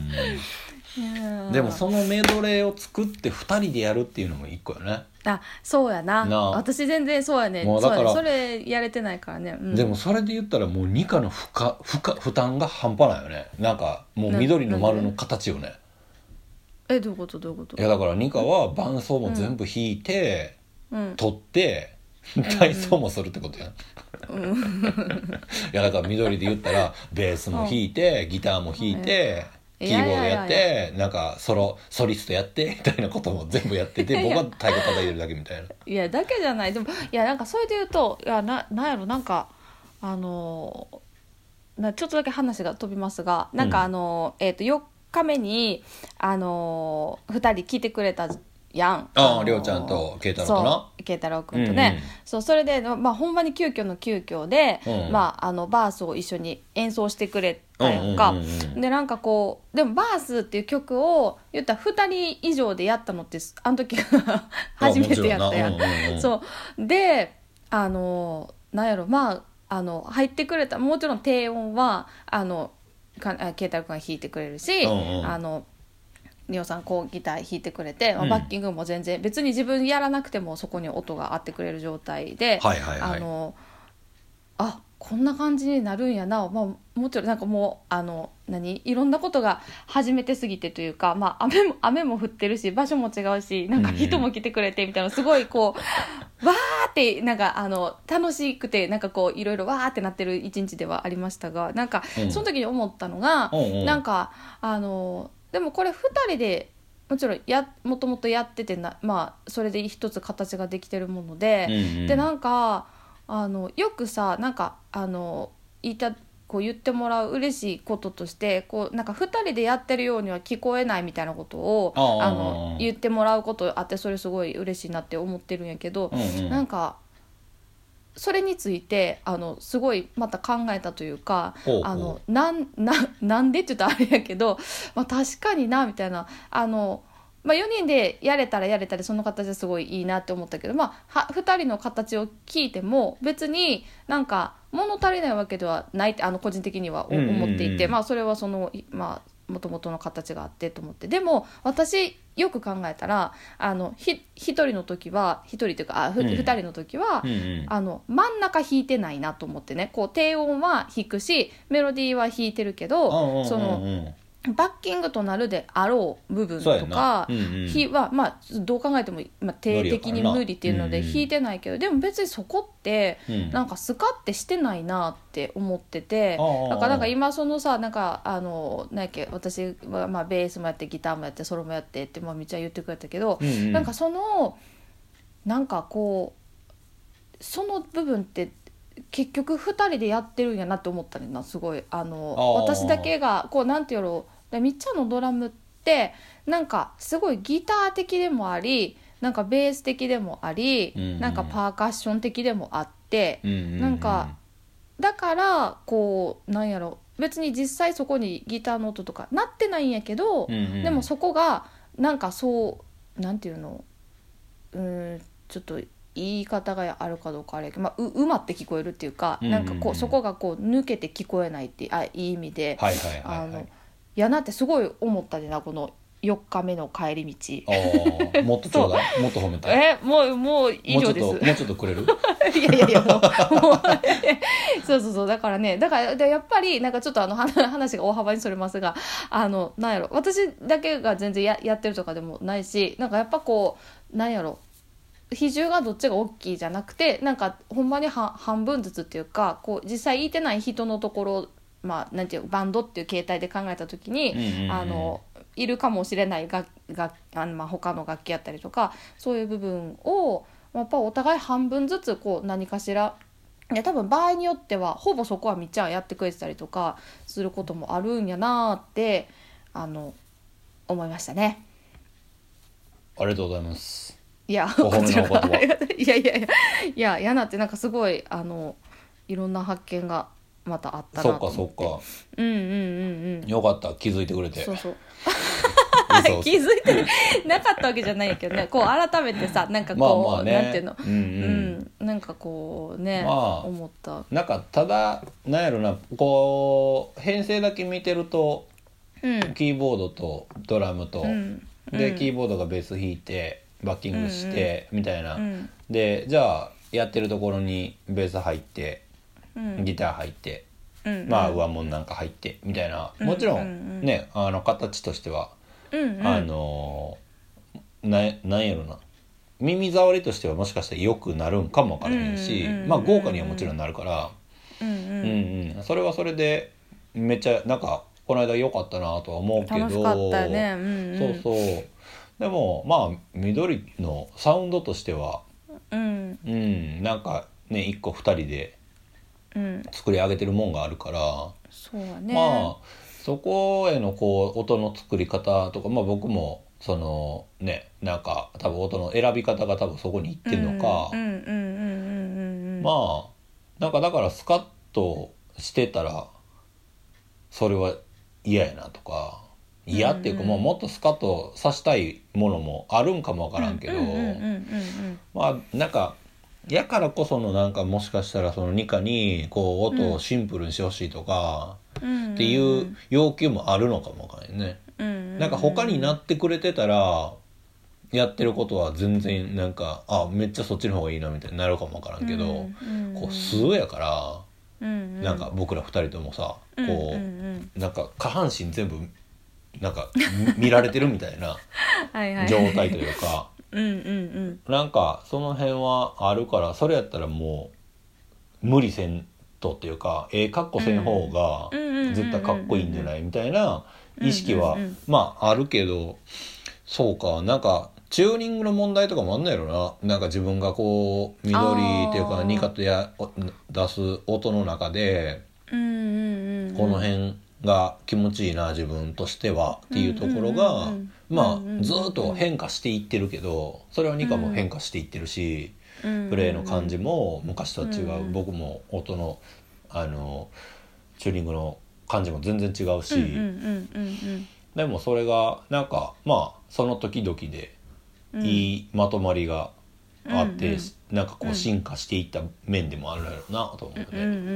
S1: うん、でもそのメドレーを作って二人でやるっていうのも一個よね、
S2: あそうやな
S1: なあ
S2: 私全然そうやね
S1: もうだから
S2: そうやねそれやれてないからね、うん、
S1: でもそれで言ったらもう二課の負荷負荷負担が半端ないよねなんかもう緑の丸の形よね
S2: えどういうことどういうこと
S1: いやだから二課は伴奏も全部弾いて、
S2: うん
S1: 取って体操もするってことやん、いやだから緑で言ったらベースも弾いて、ギターも弾いて、
S2: うん
S1: キーボードやっ
S2: いやい
S1: てなんかソロソリストやってみたいなことも全部や ってて僕は太鼓叩いてるだけみたいない
S2: やだけじゃないでもいやなんかそれで言うといやななんやろなんかあのーなちょっとだけ話が飛びますがなん
S1: う
S2: か
S1: ん
S2: あのー、えっ、と4日目にあのー、2人来てくれたやん
S1: ああ、
S2: のー
S1: りょうちゃんと慶太郎かな
S2: そう慶太郎君と
S1: う
S2: ね、
S1: んうん
S2: そうそれで、まあ、ほんまに急遽の急遽で、
S1: うん
S2: まあ、あのバースを一緒に演奏してくれたやんか、
S1: うんうんうんうん
S2: でなんかこうでも「バース」っていう曲を言ったら2人以上でやったのってあの時 が初めてやったやん。
S1: あもちろなうんうんうん
S2: そうであのなんやろまああの入ってくれたもちろん低音はあのかあ慶太郎君が弾いてくれるし、
S1: うんうん
S2: あのリオさんこうギター弾いてくれて、まあ
S1: うん
S2: バッキングも全然別に自分やらなくてもそこに音が合ってくれる状態で、
S1: はいはいはい
S2: あのあこんな感じになるんやな、まあ、もちろんなんかもうあの何いろんなことが初めてすぎてというか、まあ、雨も雨も降ってるし場所も違うしなんか
S1: うんうん
S2: 人も来てくれてみたいなすごい こうわーってなんかあの楽しくてなんかこういろいろわーってなってる一日ではありましたがなんか
S1: うん
S2: その時に思ったのが、
S1: うんうん
S2: なんかあのでもこれ2人でもちろんやもともとやっててな、まあ、それで一つ形ができてるもので。
S1: うんうん
S2: でなんかあのよくさなんかあの言いたこう言ってもらう嬉しいこととしてこうなんか2人でやってるようには聞こえないみたいなことを
S1: あー
S2: あの言ってもらうことあってそれすごい嬉しいなって思ってるんやけど、
S1: うんうん
S2: なんかそれについてあのすごいまた考えたというか
S1: ほうほう
S2: あのなんな なんでって言ったらあれやけど、まあ、確かになみたいなあの、まあ、4人でやれたらやれたりその形ですごいいいなって思ったけど、まあ、は2人の形を聞いても別になんか物足りないわけではないってあの個人的には
S1: うん
S2: お
S1: うんうん
S2: 思っていて、まあ、それはそのいまあもともとの形があってと思ってでも私よく考えたらあのひ1人の時は1人というかあふ
S1: うん
S2: 2人の時は、
S1: うんうん
S2: あの真ん中弾いてないなと思ってねこう低音は弾くしメロディーは弾いてるけど、
S1: うんうんうんうん
S2: そのバッキングとなるであろう部分
S1: そうや
S2: と
S1: んな
S2: か、
S1: うんうん
S2: 非はまあどう考えても、まあ、定的に無理っていうの
S1: 無理やからなうんう
S2: で
S1: ん
S2: 引いてないけど、でも別にそこって
S1: うん
S2: なんかスカってしてないなって思ってて
S1: ああああ
S2: だからなんか今そのさなんかあのなんやっけ私はまあベースもやってギターもやってソロもやってってまあみちは言ってくれたけど、
S1: うんうん
S2: なんかそのなんかこうその部分って結局2人でやってるんやなって思ったねんなすごいあの
S1: あー
S2: 私だけがこうなんていうのでみっちゃんのドラムってなんかすごいギター的でもありなんかベース的でもあり、
S1: うんうん
S2: なんかパーカッション的でもあって、
S1: うんうんうん
S2: なんかだからこうなんやろ別に実際そこにギターの音とかなってないんやけど、
S1: うんうん
S2: でもそこがなんかそうなんていうのうーんちょっと言い方があるかどうかあれやけど、まあ、う馬って聞こえるっていうか、
S1: うんうんうん
S2: なんかこうそこがこう抜けて聞こえないってあいい意味で、
S1: はいはいはい
S2: あ
S1: は
S2: の
S1: い
S2: やなってすごい思ったでなこの4日目の帰り道。
S1: ああもっとちょうだいもっと褒めたい
S2: えもうもう以
S1: もうちょ
S2: 上
S1: っ
S2: で
S1: と
S2: す。
S1: もうちょっとく れる
S2: いやいやいやもうもう そうそうそうだからねだからでやっぱりなんかちょっとあの話話が大幅にそれますがあのなんやろ私だけが全然ややってるとかでもないしなんかやっぱこうなんやろ比重がどっちが大きいじゃなくてなんかほんまには半分ずつっていうかこう実際言いてない人のところまあなんていうバンドっていう形態で考えた時に、
S1: うんうんうん
S2: あのいるかもしれない楽楽あの、まあ、他の楽器やったりとかそういう部分をまあやっぱお互い半分ずつこう何かしらいや多分場合によってはほぼそこはみっちゃんやってくれてたりとかすることもあるんやなーってあの思いましたね。
S1: ありがとうございます
S2: いや、
S1: お褒めの
S2: こちらこそ
S1: お言葉
S2: いやいやいや、いや、やなって、なんかすごい、あの、いろんな発見がまたあった
S1: そ
S2: な
S1: っ
S2: と
S1: か
S2: 思
S1: そ
S2: って。
S1: っか
S2: うんうんうん
S1: よかった気づいてくれ
S2: うん。
S1: て
S2: そうそう。
S1: 嘘嘘
S2: 気づいてなかったわけじゃないんやけどね、こう改めてさ、なんか
S1: まあ
S2: こう、
S1: まあね
S2: なんていうの。
S1: うん
S2: う
S1: うん
S2: ん、なんかこうね、
S1: まあ
S2: 思った。
S1: なんかただなんやろなこう編成だけ見てると
S2: うん。
S1: キーボードとドラムと、
S2: うん。
S1: でキーボ
S2: ボ
S1: ードがベース弾いてバッキングして、みたいな、
S2: うん。
S1: でじゃあやってるところにベース入って
S2: うん。
S1: ギター入って、
S2: うん。
S1: まあ上もんなんか入ってみたいなもちろ
S2: うんうん
S1: ん
S2: うん
S1: ねあの形としては、
S2: うんうん。
S1: あのななんやろな耳障りとしてはもしかしたら良くなるんかもわからへんし、
S2: うんうんうんうん
S1: まあ豪華にはもちろんなるから。
S2: うんうん。
S1: うんうん、それはそれでめっちゃなんかこの間良かったなとは思うけど
S2: 楽しかったよね。うん、うん。
S1: そうそうでもまあ緑のサウンドとしては
S2: うん。
S1: うんなんかね一個二人で
S2: うん。
S1: 作り上げてるもんがあるから、
S2: そうやね。
S1: まあそこへのこう音の作り方とかまあ僕もそのねなんか多分音の選び方が多分そこにいってるのか、
S2: うんうんうんうんうんうん。
S1: まあなんかだからスカッとしてたらそれは嫌やなとか嫌っていうか、
S2: うんう
S1: ま
S2: ん
S1: あ、もっとスカッとさしたいものもあるんかもわからんけど、
S2: うんうんうんうん
S1: まあなんかやからこそのなんかもしかしたらそのニカにこう音をシンプルにしてほしいとか
S2: うんうん
S1: っていう要求もあるのかもわからんね。
S2: うんうん
S1: なんか他になってくれてたらやってることは全然なんかあめっちゃそっちの方がいいなみたいになるかもわからんけど。
S2: うん
S1: こう素やか
S2: う
S1: ら、
S2: ん
S1: なんか僕ら二人ともさ、
S2: うん
S1: こ
S2: うんうん
S1: うなんか下半身全部なんかみ見られてるみたいな
S2: はいはい
S1: 状態というか
S2: うんうん
S1: なんかその辺はあるからそれやったらもう無理せんとっていうかええかっこせん方が
S2: うんうんうんうんうん
S1: 絶対かっこいいんじゃないみたいな意識は
S2: うんうんうん
S1: まああるけどそうかなんか。チューニングの問題とかもあんないやろななんか自分がこう緑っていう
S2: あ
S1: か
S2: ー
S1: ニカとやお出す音の中で
S2: うんうんうんうん
S1: この辺が気持ちいいな自分としてはっていうところが
S2: うんうんうんうん
S1: ま
S2: うんうんうんう
S1: あ
S2: ん
S1: ずっと変化していってるけどそれはニカも変化していってるしプレーの感じも昔とは違
S2: うんう
S1: うん僕も音のあのチューニングの感じも全然違う
S2: うんうん
S1: し
S2: うん
S1: でもそれがなんかまあその時々で
S2: うんうん
S1: いいまとまりがあっ
S2: うん
S1: て
S2: うん
S1: なんかこ
S2: う
S1: うん進化していった面でもあるんだろうなと思うね。
S2: うんうんうんう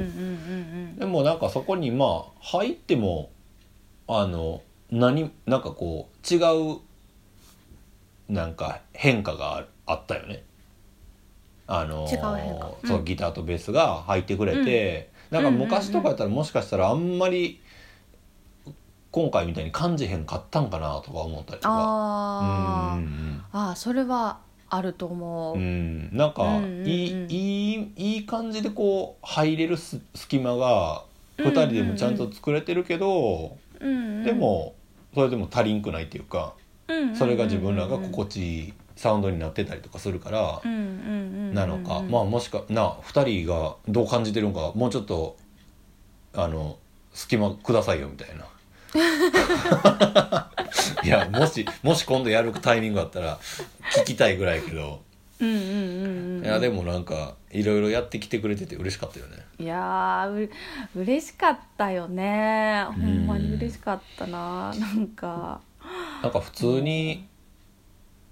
S2: ん
S1: でもなんかそこにまあ入ってもあの何なんかこう違うなんか変化がああったよね。あのー
S2: 違う変化うん
S1: そうギターとベースが入ってくれて、
S2: うん
S1: なんか昔とかやったらもしかしたらあんまり今回みたいに漢字編買ったんかなとか思ったりとか
S2: あ
S1: う
S2: ー
S1: ん
S2: あーそれはあると思う、
S1: うんうんうんなんか、
S2: うんうんうん
S1: いいいいいい感じでこう入れるす隙間が2人でもちゃんと作れてるけど、
S2: うんうん
S1: でもそれでも足りんくないっていうか
S2: うんうんうんうん
S1: それが自分らが心地いいサウンドになってたりとかするから
S2: うんうんうんうん
S1: なのか、まあもしかな2人がどう感じてるんかもうちょっとあの隙間くださいよみたい な。いやもしもし今度やるタイミングあったら聞きたいぐらいやけど、
S2: うんうんうんうん
S1: いやでもなんかいろいろやってきてくれてて嬉しかったよね。
S2: いやーう嬉しかったよねほんまに
S1: うん
S2: 嬉しかったななんか
S1: なんか普通に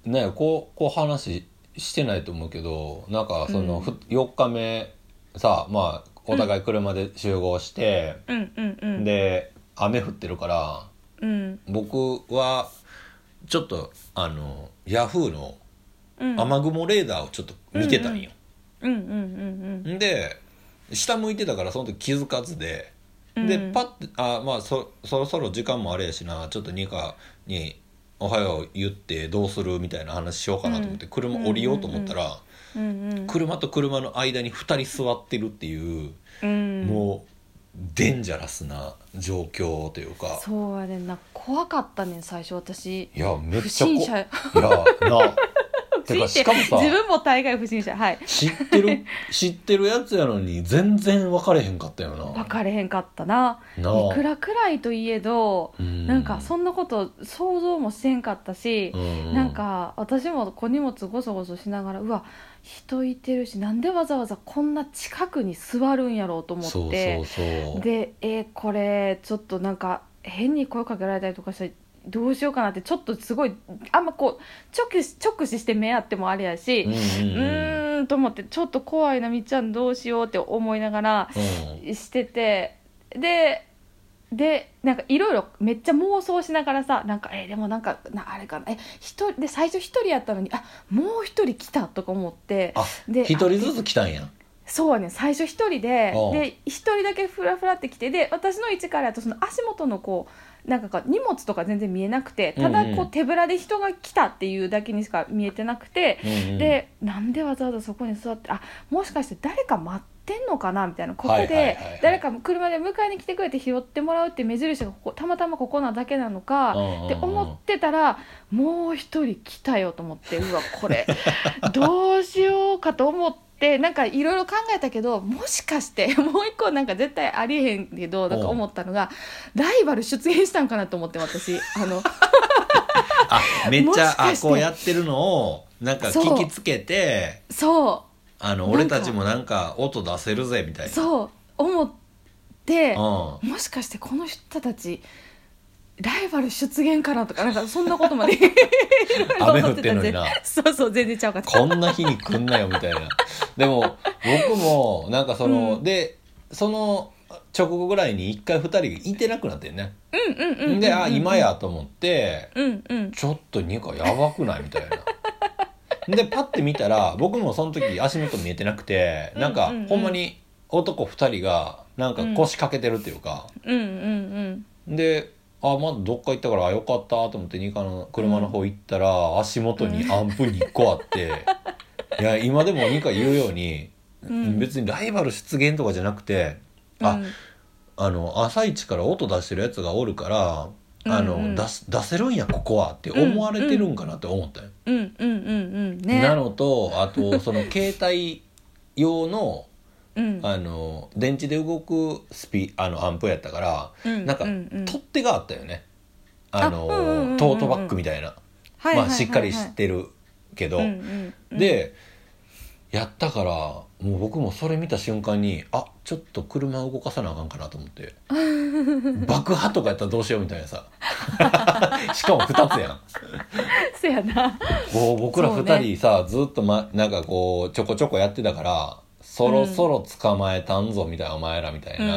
S1: ねこうこう話してないと思うけどなんかその
S2: うん
S1: ふ、4日目さまあお互い車で集合して、
S2: うんうんうん
S1: で雨降ってるから
S2: うん
S1: 僕はちょっとあのヤフーの
S2: うん
S1: 雨雲レーダーをちょっと見てたんよ。
S2: うんうんうん
S1: で下向いてたからその時気づかずで。
S2: うん
S1: で
S2: うん
S1: パッてあまあそそろそろ時間もあれやしなちょっとニカに「おはよう」言ってどうするみたいな話しようかなと思って、
S2: うん
S1: 車降りようと思ったら、
S2: うんうん
S1: 車と車の間に2人座ってるっていう、
S2: うん
S1: もうデンジャラスな状況というか
S2: そうやねんな怖かったねん最初私
S1: いやめっ
S2: 不
S1: ちゃこ
S2: 審 者
S1: いやな てか
S2: つい
S1: しかもさ
S2: 自分も大概不審者はい
S1: 知ってる知ってるやつやのに全然分かれへんかったよな。
S2: 分かれへんかったな
S1: ない
S2: くらくらいといえどなんかそ
S1: ん
S2: んなこと想像もせんかったし、
S1: うう
S2: なんか私も小荷物ごそごそしながらうわ人いてるしなんでわざわざこんな近くに座るんやろうと思って
S1: そうそうそう
S2: でえーこれちょっとなんか変に声かけられたりとかしたらどうしようかなってちょっとすごいあんまこう直視直視して目合ってもあれやし、
S1: うんうん
S2: う
S1: うん
S2: ーんと思ってちょっと怖いなみっちゃんどうしようって思いながら
S1: うん
S2: しててででなんかいろいろめっちゃ妄想しながらさなんかえでもなんかなあれかなえ一人で最初一人やったのにあもう一人来たとか思って
S1: あ
S2: で
S1: 一人ずつ来たんや
S2: そうはね最初一人で
S1: ああ
S2: で一人だけフラフラって来てで私の位置からやとその足元のこうなんかこう荷物とか全然見えなくてただ
S1: うん
S2: こ
S1: う
S2: うん手ぶらで人が来たっていうだけにしか見えてなくて、でなんでわざわざそこに座ってあもしかして誰か待ってんのかなみたいなここ
S1: はいはいはい
S2: で
S1: はい
S2: 誰かも車で迎えに来てくれて拾ってもらうって目印がここたまたまここなだけなのか。って思ってたらもう一人来たよと思ってうわ これどうしようかと思ってなんかいろいろ考えたけどもしかして もう一個なんか絶対ありえへんけどなんか思ったのがライバル出現したんかなと思って私 あの
S1: あめっち
S2: も
S1: ゃ
S2: しか
S1: あ
S2: して
S1: こうやってるのをなんか
S2: そう
S1: 聞きつけて
S2: そ
S1: あの
S2: なんか
S1: 俺たちもなんか音出せるぜみたいうな
S2: そう思って
S1: うん
S2: もしかしてこの人たちライバル出現かなとかなんかそんなことまでいろい ろ
S1: 雨
S2: 思
S1: 降
S2: っ
S1: ってて
S2: た
S1: ん
S2: ん
S1: の
S2: で
S1: にな
S2: そうそう全然ちゃうかった
S1: こんな日に来んなよみたいな でも僕もなんかその、
S2: うん
S1: でその直後ぐらいに一回二人がいてなくなってんね、
S2: うんうんうんうんうん
S1: であ今やと思って
S2: うんうん
S1: ちょっとニカやばくないみたいな。 でパッて見たら僕もその時足元見えてなくてなんか
S2: うんうんうん
S1: ほんまに男2人がなんか腰掛けてるっていうか、
S2: うんうんうん
S1: であまだどっか行ったからあよかったと思ってニカの車の方行ったら、足元にアンプ1個あって、 いや今でもニカ言うように、
S2: うん
S1: 別にライバル出現とかじゃなくて、あ
S2: うん
S1: あの朝一から音出してるやつがおるから。あの
S2: うんうん
S1: 出す出せるんやここはって思われてるんかなって思ったよ、
S2: うんうんうんうんね
S1: なのとあとその 携帯用の
S2: うん
S1: あの電池で動くスピあのアンプやったから、
S2: うん
S1: なんか、
S2: ううん
S1: 取っ手があったよねあの
S2: あうんうんうんうん
S1: トートバッグみたいな、
S2: はいはいはい
S1: まあ、
S2: はい
S1: しっかりしてるけど、
S2: うんうんうん
S1: でやったからもう僕もそれ見た瞬間にあちょっと車動かさなあかんかなと思って 爆破とかやったらどうしようみたいなさ しかも2つやん。
S2: せやな
S1: こう僕ら
S2: そう
S1: 2
S2: ね
S1: 人さ、ずっと、ま、なんかこうちょこちょこやってたからそろそろ捕まえたんぞみたいな、お前らみたい
S2: うんう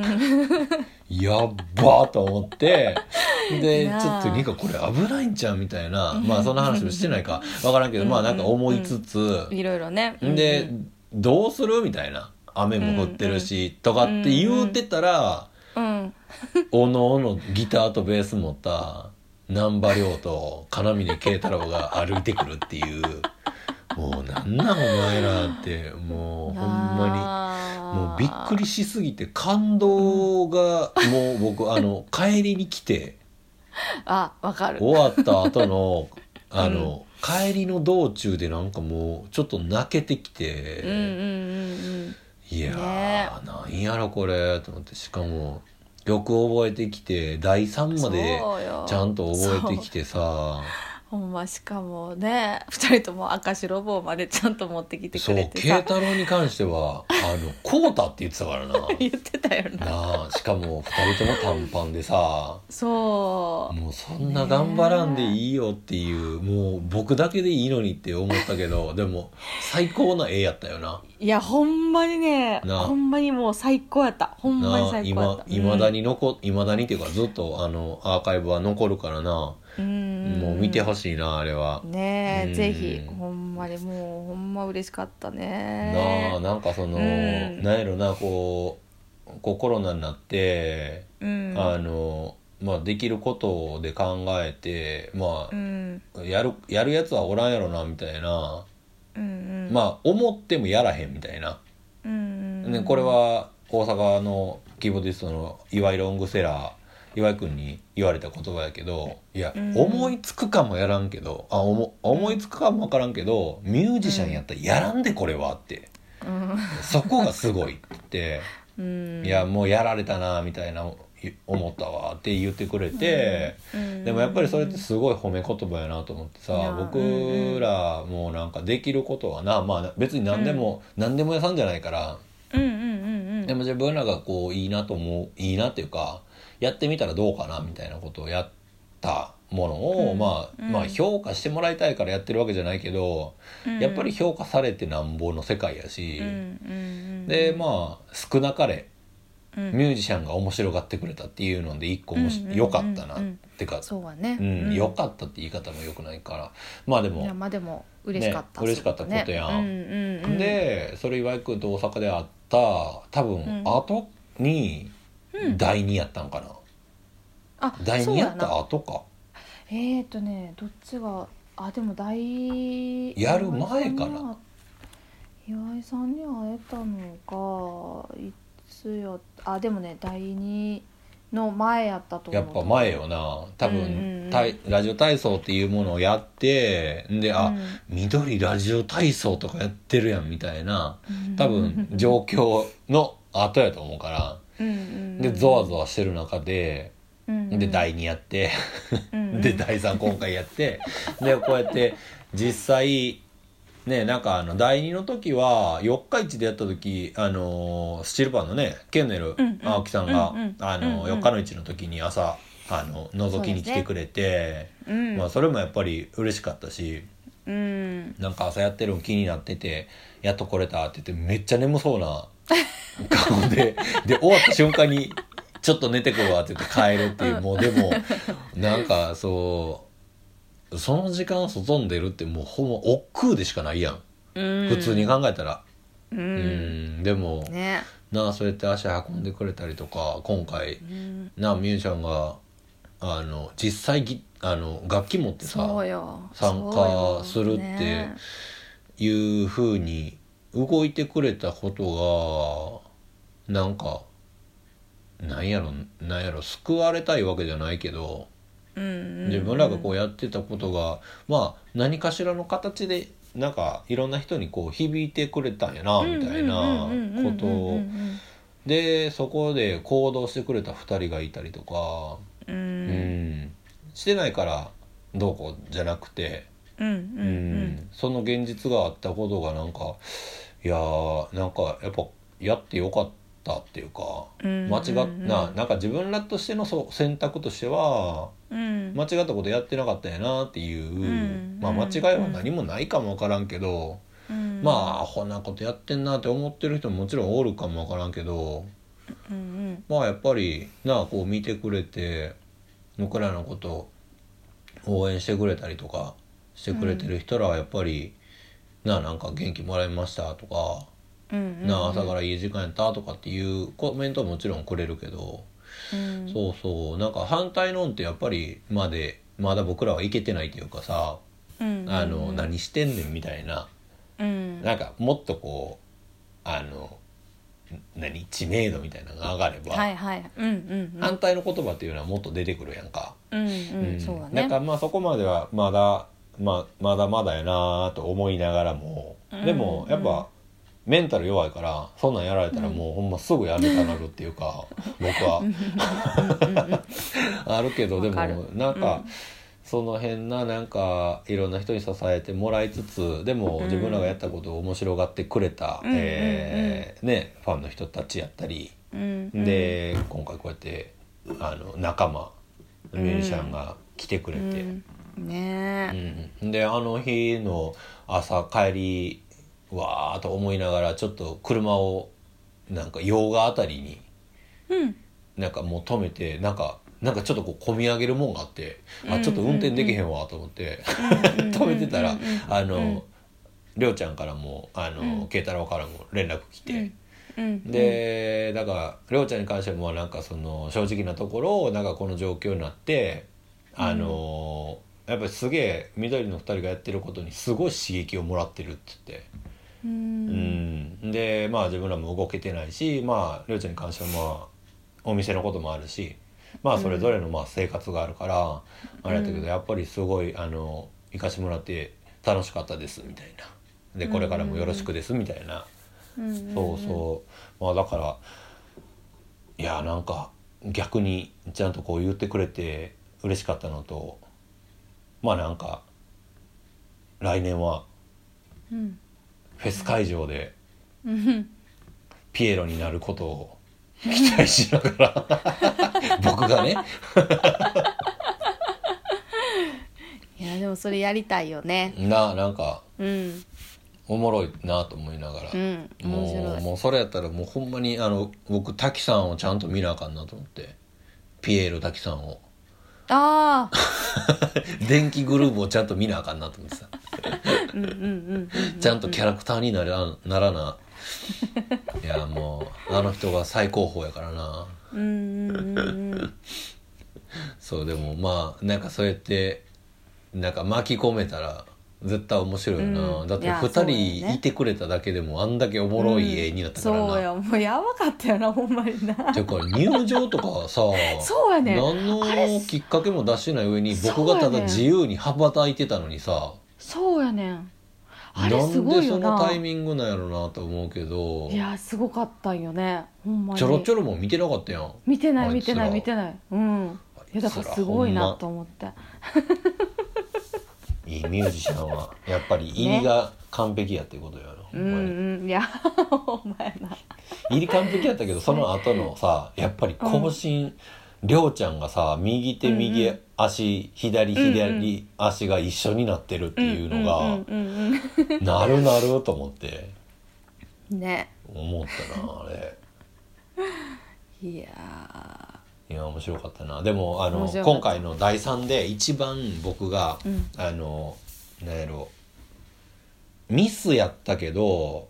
S1: な、
S2: んうん
S1: やっばーと思って で
S2: なあ
S1: ちょっとニカこれ危ないんちゃうみたいな
S2: うん
S1: まあそんな話もしてないか分からんけど、まあなんか思いつつ、
S2: いろいろねうんうん
S1: でどうするみたいな雨も降ってるし、とかって言うてたら、
S2: うんうん
S1: おのおのギターとベース持った難波亮と金峰慶太郎が歩いてくるっていうもうなんなんお前らってもうほんまにもうびっくりしすぎて感動がもう僕あの帰りに来て
S2: りあわかる
S1: 終わった後のあの帰りの道中でなんかもうちょっと泣けてきて。
S2: うんうんうんうん
S1: いやー、
S2: ね
S1: なんやろこれと思ってしかもよく覚えてきて第3まで
S2: そうよ
S1: ちゃんと覚えてきてさ
S2: ほんましかもね2人とも赤白帽までちゃんと持ってきて
S1: そ
S2: く
S1: う
S2: れて
S1: 慶
S2: さ
S1: 太郎に関してはあのこうたって言ってたから な
S2: 言ってたよな
S1: なあしかも2人とも短パンでさ
S2: そう
S1: もうそんな頑張らんでいいよっていう、もう僕だけでいいのにって思ったけどでも最高な絵やったよない
S2: やほんまにね
S1: なあ
S2: ほんまにもう最高やったほんまに
S1: なあ
S2: 最高やっ
S1: 今
S2: た
S1: いまだに残いまだにっていうかずっとあのアーカイブは残るからなも
S2: も
S1: う見てほ
S2: し
S1: しいなあれは。
S2: いねえ、
S1: うん
S2: ぜひほんまにもうほんま嬉しかった
S1: なあ
S2: ね
S1: なんかその、
S2: うん
S1: なんやろなこうこうコロナになって、
S2: うん
S1: あのまあできることで考えてま
S2: う
S1: あ、
S2: ん
S1: やるやるやつはおらんやろなみたいな、
S2: うんうん
S1: まあ思ってもやらへんみたいな、
S2: うんうん
S1: ね、これは大阪のキーボーディストの岩井ロングセラー岩井君に言われた言葉やけどいや、
S2: うん
S1: 思いつくかもやらんけどあ思思いつくかもわからんけどミュージシャンやったらやらんでこれはって。
S2: う
S1: そこがすごいって
S2: ん うん
S1: いやもうやられたなみたいな思ったわって言ってくれて、
S2: うん
S1: でもやっぱりそれってすごい褒め言葉やなと思って
S2: いや
S1: さ僕らもなんかできることはなまあ別に何でも、何でも屋さんじゃないから
S2: うんうんうんうん
S1: でも自分らがこういいなと思ういいなっていうかやってみたらどうかなみたいなことをやったものを、
S2: うん
S1: まあ、
S2: うん
S1: まあ評価してもらいたいからやってるわけじゃないけど、
S2: うん
S1: やっぱり評価されてなんぼの世界やし。
S2: うんうんうん
S1: でまあ少なかれ
S2: うん
S1: ミュージシャンが面白がってくれたっていうので一個もし
S2: うんうんうん
S1: 良かったな
S2: うん
S1: ってか
S2: そうはね
S1: うん良かったって言い方も良くないからまあで
S2: いや
S1: も
S2: まあでも嬉しかった
S1: ね嬉しかったことやん
S2: うんうんうん
S1: でそれ岩井君と大阪で会った多
S2: う
S1: 分
S2: ん
S1: 後に
S2: うん
S1: 第2やったんかな
S2: あ
S1: 第
S2: そう
S1: 2や
S2: や
S1: っ
S2: な
S1: た後か
S2: えーとねどっちがあでも大
S1: やる前かな
S2: 岩井さんに会えたのがいつやったあでもね第二の前やったと思
S1: や
S2: う
S1: っぱ前よな多分、
S2: うんうん
S1: たいラジオ体操っていうものをやってんであ、
S2: うん
S1: 緑ラジオ体操とかやってるやんみたいな
S2: うん
S1: 多 分状況の後やと思うから。
S2: うんうん
S1: でゾワゾワしてる中でで第2やって、 で第3今回や ってでこうやって実際ねなんかあの第2の時は四日市でやった時あのースチールパンのねケンネル
S2: うんうん
S1: 青木さんが、
S2: うんうん
S1: あ
S2: うん
S1: の
S2: うん
S1: 四日の市の時に朝あの覗きに来てくれて、
S2: うん
S1: まあ、それもやっぱり嬉しかったし
S2: うん
S1: なんか朝やってるの気になっててやっと来れたって言ってめっちゃ眠そうな顔でで終わった瞬間に「ちょっと寝てくるわ」って言って帰るっていう、もうでもなんかそうその時間外に出るってもうほんま億劫でしかないやん普
S2: 普
S1: 通に考えたら。
S2: う
S1: うんんでも
S2: ね
S1: なあそうやって足運んでくれたりとか今回
S2: うん
S1: なあみゆちゃんがあの実際ぎあの楽器持ってさ
S2: そうよ
S1: 参加するっていうふうに動いてくれたことがなんかなんやろなんやろ救われたいわけじゃないけど
S2: 自
S1: 自分らがこうやってたことがまあ何かしらの形でなんかいろんな人にこう響いてくれたんやなみたいなことをでそこで行動してくれた2人がいたりとか、
S2: う
S1: うんん、してないからどうこうじゃなくて。
S2: うんうん
S1: うんその現実があったことがなんかいやーなんかやっぱやってよかったっていうか
S2: うんうん
S1: 間違っななんか自分らとしてのそう選択としては
S2: うん
S1: 間違ったことやってなかったんやなっていう、
S2: ん
S1: まあ、間違いは何もないかもわからんけど、
S2: うん
S1: まあアホなことやってんなって思ってる人ももちろんおるかもわからんけど
S2: うん
S1: まあやっぱりなあこう見てくれて僕らのことを応援してくれたりとかしてくれてる人らはやっぱり、なあなんか元気もらいましたとか、
S2: うんうん
S1: なあ朝からいい時間やったとかっていうコメントはもちろんくれるけど、
S2: うん
S1: そうそうなんか反対論ってやっぱりまでまだ僕らはいけてないというかさ
S2: うん
S1: あの何してんねんみたいな
S2: うん
S1: なんかもっとこうあのん何知名度みたいなのが上がれば、
S2: はいはいうんうん
S1: 反対の言葉っていうのはもっと出てくるやんか。
S2: うんうんう
S1: うんん
S2: そうだ
S1: だから
S2: ね
S1: まあそこまではまだまあまだまだやなと思いながらも
S2: うん
S1: でもやっ
S2: うん
S1: ぱメンタル弱いからそんなんやられたらもうほんますぐやめたなるっていう か僕は
S2: うんうん
S1: あるけどでも
S2: わかる
S1: なん
S2: う
S1: か
S2: ん
S1: その辺ななんかいろんな人に支えてもらいつつでも
S2: うん
S1: 自分らがやったことを面白がってくれた
S2: うんうんうん
S1: えーねファンの人たちやったり
S2: うんうん
S1: で今回こうやってあの仲間ミュージシャンが来てくれ
S2: う
S1: て。
S2: んねえ
S1: うん、であの日の朝帰りわーと思いながらちょっと車をなんか洋画あたりに
S2: うん
S1: なんかもう止めてなんかなんかちょっとこう込み上げるもんがあって、
S2: うん
S1: あちょっと運転できへんわと思って、止めてたら、
S2: うんうんうん
S1: あ
S2: うん
S1: の、りょうちゃんからもあの、
S2: うん
S1: 慶太郎からも連絡来て。
S2: うん
S1: でだからりょうちゃんに関してもなんかその正直なところなんかこの状況になってあのーやっぱりすげえ緑の2人がやってることにすごい刺激をもらってるっつって、
S2: う
S1: うんん、でまあ自分らも動けてないしまありょうちゃんに関してはまあお店のこともあるしまあそれぞれのまあ生活があるから、あれだけ
S2: うん
S1: どやっぱりすごいあの行かしてもらって楽しかったですみたいなでこれからもよろしくですみたいな。
S2: うん
S1: そうそうまあだからいやなんか逆にちゃんとこう言ってくれて嬉しかったのとまあなんか来年は
S2: うん
S1: フェス会場で
S2: うん
S1: ピエロになることを期待しながら 僕がね
S2: いやでもそれやりたいよね
S1: ななんか
S2: うん
S1: おもろいなと思いながら。
S2: うん面
S1: も
S2: 白
S1: う
S2: い
S1: もうそれやったらもうほんまにあの僕滝さんをちゃんと見なあかんなと思ってピエロ滝さんを
S2: ああ
S1: 電気グルーブをちゃんと見なあかんなと思ってさ
S2: うんうんうん
S1: ちゃんとキャラクターにならならな いやもうあの人が最高峰やからな
S2: うんうんうんうん
S1: そうでもまあなんかそうやってなんか巻き込めたら絶対面白いよな、
S2: うん
S1: だって
S2: い
S1: い
S2: やそう
S1: 2
S2: だよ
S1: 人
S2: ね
S1: いてくれただけでもあんだけおもろい絵になったからな、
S2: そうよもうやばかったよなほんまにな
S1: てか入場とかさ
S2: そうやね
S1: 何
S2: あれ
S1: のきっかけも出してない上に僕
S2: そう
S1: が
S2: や
S1: た
S2: ね
S1: だ自由に羽ばたいてたのにさ、
S2: そうやねんあれ
S1: な
S2: す
S1: ん
S2: ご
S1: で
S2: いよ
S1: そ
S2: な
S1: のタイミングなんやろなと思うけど
S2: いやすごかったんよねほんまに
S1: ちょろちょろも見てなかったやん。
S2: 見てない
S1: あ
S2: 見
S1: い
S2: て
S1: つ
S2: な
S1: ら
S2: い見てないうんいやだからすごいなと思って
S1: いいミュージシャンはやっぱり入りが完璧やっていうことやな、ほ
S2: うん
S1: まに
S2: んうんいや ほんまやな
S1: 入り完璧やったけどその後のさやっぱり更新、りょうちゃんがさ右手右足、左左足が一緒になってるっていうのが、
S2: うんうんうんうん
S1: なるなると思って
S2: うんね
S1: 思ったなあれ
S2: いや
S1: いや面白かったなでもあの
S2: 面白かった
S1: 今回の第3で一番僕が、
S2: うん
S1: あのなんやろミスやったけど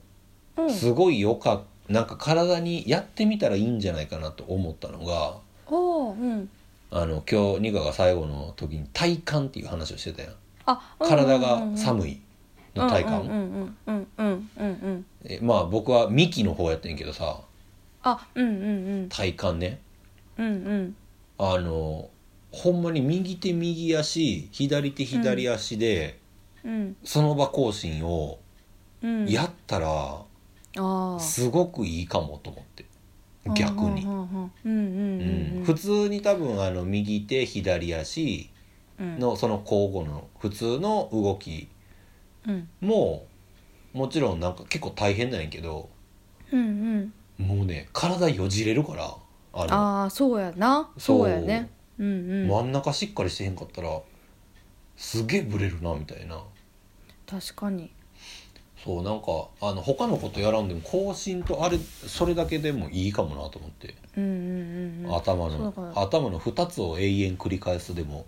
S2: ーうん
S1: すごい良かったなんか体にやってみたらいいんじゃないかなと思ったのが
S2: おーうん
S1: あの今日ニカが最後の時に体感っていう話をしてたやん
S2: あ
S1: 体が寒いの体
S2: う
S1: 感
S2: んうんうんうんうんうんうん
S1: えまあ僕はミキの方やってんけどさ
S2: あうんうん
S1: 体感ね
S2: うんうんうん
S1: あのほんまに右手右足左手左足で
S2: うん
S1: その場行進を
S2: うん
S1: やったら
S2: あー
S1: すごくいいかもと思って逆に
S2: う。んうんうんうんうん
S1: 普通に多分あの右手左足
S2: うん
S1: のその交互の普通の動き
S2: うん
S1: ももちろんなんか結構大変なんやけど
S2: うんうん
S1: もうね体よじれるからあの
S2: ああそうやなそうやねうんうん
S1: 真ん中しっかりしてへんかったらすげえブレるなみたいな
S2: 確かに
S1: そうなんかあの他のことやらんでも更新とあれそれだけでもいいかもなと思って、
S2: うんうんうんうん
S1: 頭
S2: そう
S1: の
S2: だから
S1: 頭の2つを永遠繰り返すでも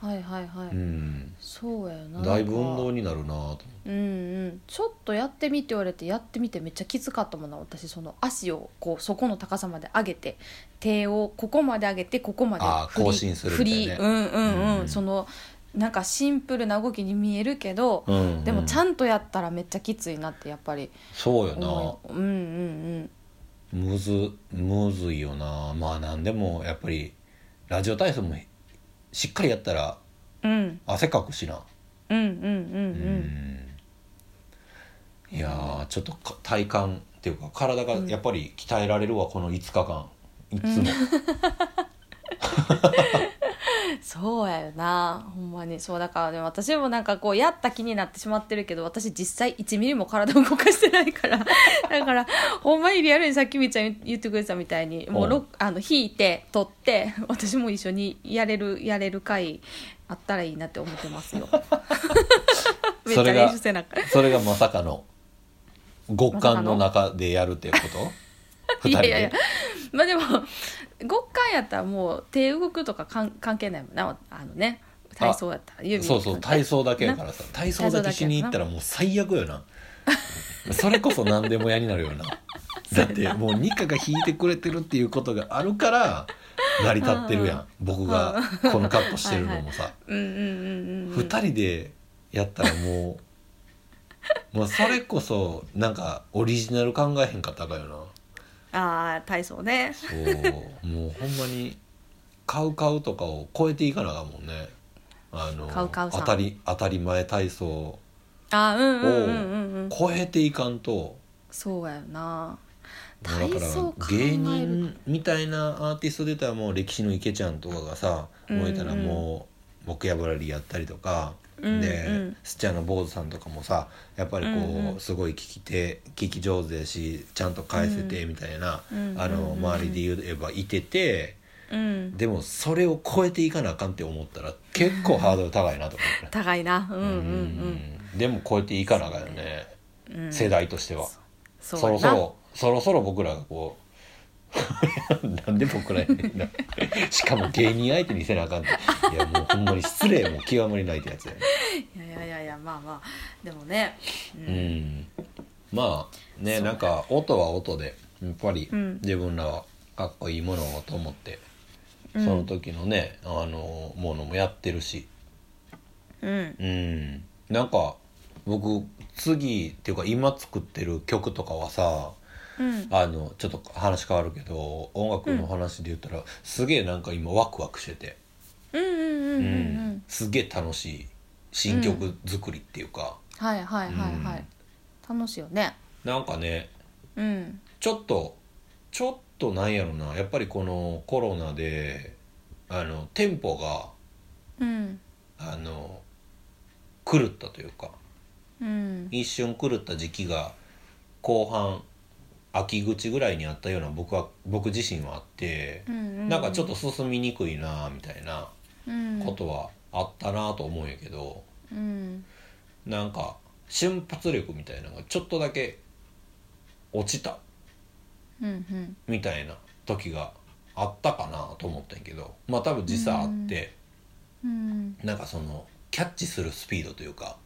S2: はいはいはい、
S1: うん
S2: そうやよな
S1: だいぶ運動
S2: に
S1: になるなと思って
S2: うんうんちょっとやってみって言われてやってみてめっちゃきつかったもんな私その足をこうそこの高さまで上げて手をここまで上げてここまで
S1: あー
S2: 振り
S1: 更新する
S2: 振
S1: みたい
S2: り
S1: なね
S2: うんうんうん、
S1: うんうん
S2: そのなんかシンプルな動きに見えるけど、
S1: うん
S2: でもちゃ
S1: と
S2: んとやったらめっちゃきついなってやっぱり
S1: そうよな
S2: 思いうんうん
S1: むずむずいよなまあなんでもやっぱりラジオ体操もしっかりやったら
S2: うんうん
S1: 汗かくしな
S2: うんうんうんう
S1: うんいやーちょっとか体幹っていうか体がやっぱり鍛えられるわこの5日間いつも、
S2: そうやよなほんまにそうだからね私もなんかこうやった気になってしまってるけど私実際1ミリも体を動かしてないから だからほんまにリアルにさっきみーちゃん言ってくれてたみたいにもう
S1: うん
S2: ろくあの引いて取って私も一緒にやれるやれる回あったらいいなって思ってます よめっちゃ
S1: それが
S2: 練習せなあかん
S1: それがまさかの極寒の中でやるってこと
S2: い
S1: 二人
S2: や
S1: で
S2: いやいやまあでも極寒やったらもう手動くとかかん関係ないもんなあのね体操やったら指
S1: そうそう体操だけやからさ体操だけしに行ったらもう最悪よ なそれこそ何でも嫌になるよなだってもうニカが引いてくれてるっていうことがあるから成り立ってるやん、僕がこの格好してるのもさ
S2: うんうんうんうんうん
S1: 二人でやったらもうもうそれこそなんかオリジナル考えへんかったかよ な
S2: ああ体操ね
S1: そうもうほんまに「カウカウ」とかを超えていかなあかんもんねあの
S2: カウカウさん
S1: 当たり当たり前体操を
S2: あーうんうんうんうんうん
S1: 超えていかんと
S2: そうやよな
S1: もう
S2: 体操考える
S1: 芸人みたいなアーティスト出たらもう歴史の池ちゃんとかがさ
S2: うんうん
S1: 燃えたらもう「僕やばらり」やったりとか。
S2: うんうん
S1: でスチャの坊主さんとかもさやっぱりこう、
S2: うんうん
S1: すごい聞き手聞き上手やしちゃんと返せてみたいな、
S2: うんうん
S1: あの周りで言えばいてて、
S2: うん
S1: でもそれを超えていかなあかんって思ったら結構ハードル高いなと思って
S2: 高いなうんうん
S1: でも超えていかなあかんよね、
S2: うんうん
S1: 世代としては
S2: そ
S1: そう
S2: や
S1: ろ
S2: な
S1: そろそろそろ僕らがこう なんで僕らやねんなしかも芸人相手にせなあかんっていやもうほんまに失礼も極まりないってやつやね
S2: いやいやいやいやまあまあでもねう
S1: うんんまあね
S2: そう
S1: なんか音は音でやっぱり
S2: うん
S1: 自分らはかっこいいものをと思って、
S2: うん
S1: その時のねあのものもやってるし
S2: うん
S1: うんなんか僕次っていうか今作ってる曲とかはさ
S2: うん
S1: あのちょっと話変わるけど音楽の話で言ったら、すげえなんか今ワクワクしてて、
S2: うんうんうんうんう
S1: うんんすげえ楽しい新曲作りっていうか、
S2: はいはいはいはい楽しいよね
S1: なんかね
S2: うん
S1: ちょっとちょっとなんやろなやっぱりこのコロナであのテンポが
S2: うん
S1: あの狂ったというか
S2: うん
S1: 一瞬狂った時期が後半秋口ぐらいにあったような僕は僕自身はあって
S2: う、ん
S1: なんかちょっと進みにくいなみたいな
S2: うん
S1: ことはあったなと思うんやけど、
S2: うん
S1: なんか瞬発力みたいなのがちょっとだけ落ちた
S2: うんうん
S1: みたいな時があったかなと思ったんやけどまあ多分実際あって、
S2: うん
S1: なんかそのキャッチするスピードというか、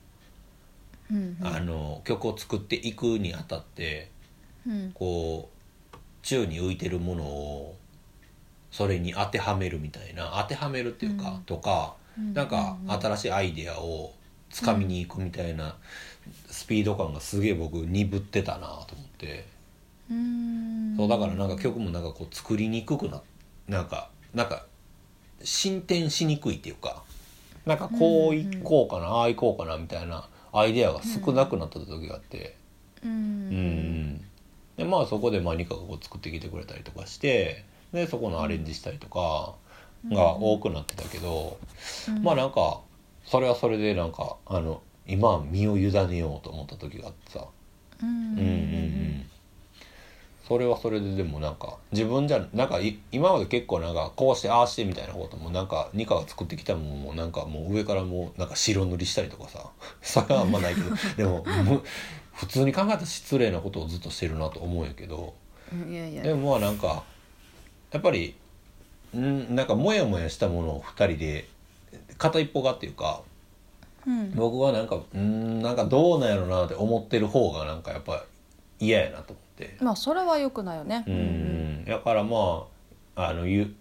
S2: うん
S1: あの曲を作っていくにあたって
S2: うん
S1: こう宙に浮いてるものをそれに当てはめるみたいな当てはめるっていうか、
S2: うん
S1: とか
S2: うん
S1: なんか新しいアイデアをつかみに行くみたいなスピード感がすげえ僕鈍ってたなと思って、
S2: うん
S1: そうだからなんか曲もなんかこう作りにくくななんかなんか進展しにくいっていうかなんかこういこうかな、ああいこうかなみたいなアイデアが少なくなった時があって。
S2: う
S1: うんうんんでまあそこでまあニカがこう作ってきてくれたりとかしてでそこのアレンジしたりとかが多くなってたけど、
S2: うん
S1: まあなんかそれはそれでなんかあの今は身を委ねようと思った時があってさ、
S2: う
S1: うんんうんうん、それはそれででもなんか自分じゃなんかい今まで結構なんかこうしてああしてみたいなこともなんかニカが作ってきたもんもなんかもう上からもうなんか白塗りしたりとかさ それはあんまないけどでもむ普通に考えたら失礼なことをずっとしてるなと思うんやけど
S2: うんいやいや
S1: でもまあなんかやっぱりんなんかモヤモヤしたものを2人で片一方がっていうか
S2: うん
S1: 僕はなんかうーんなんかどうなんやろなって思ってる方がなんかやっぱ嫌やなと思って
S2: まあそれは良くないよね
S1: うーんだからまああの言う、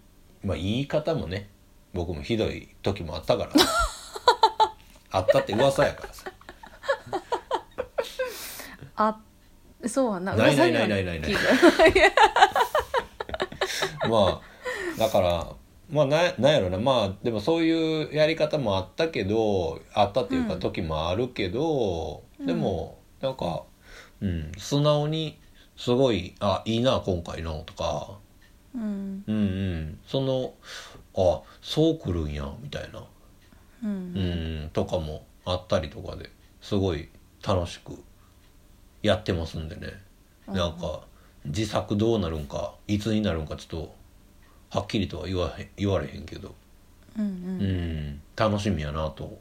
S1: まあ、言い方もね僕もひどい時もあったから あったって噂やからさ
S2: あそうはな
S1: ないない
S2: 噂には
S1: ないないないない
S2: 聞
S1: まあだからまあななんやろなまあでもそういうやり方もあったけどあったっていう
S2: う
S1: か
S2: ん
S1: 時もあるけど、
S2: うん
S1: でもなんか、うん、素直にすごい「あいいな今回の」とか
S2: うん
S1: うんうんその「あそうくるんや」みたいな、
S2: う
S1: うんん、とかもあったりとかですごい楽しくやってますんでねなんか自作どうなるんかいつになるんかちょっとはっきりとは言わへん言われへんけど、
S2: う
S1: うんん、楽しみやなと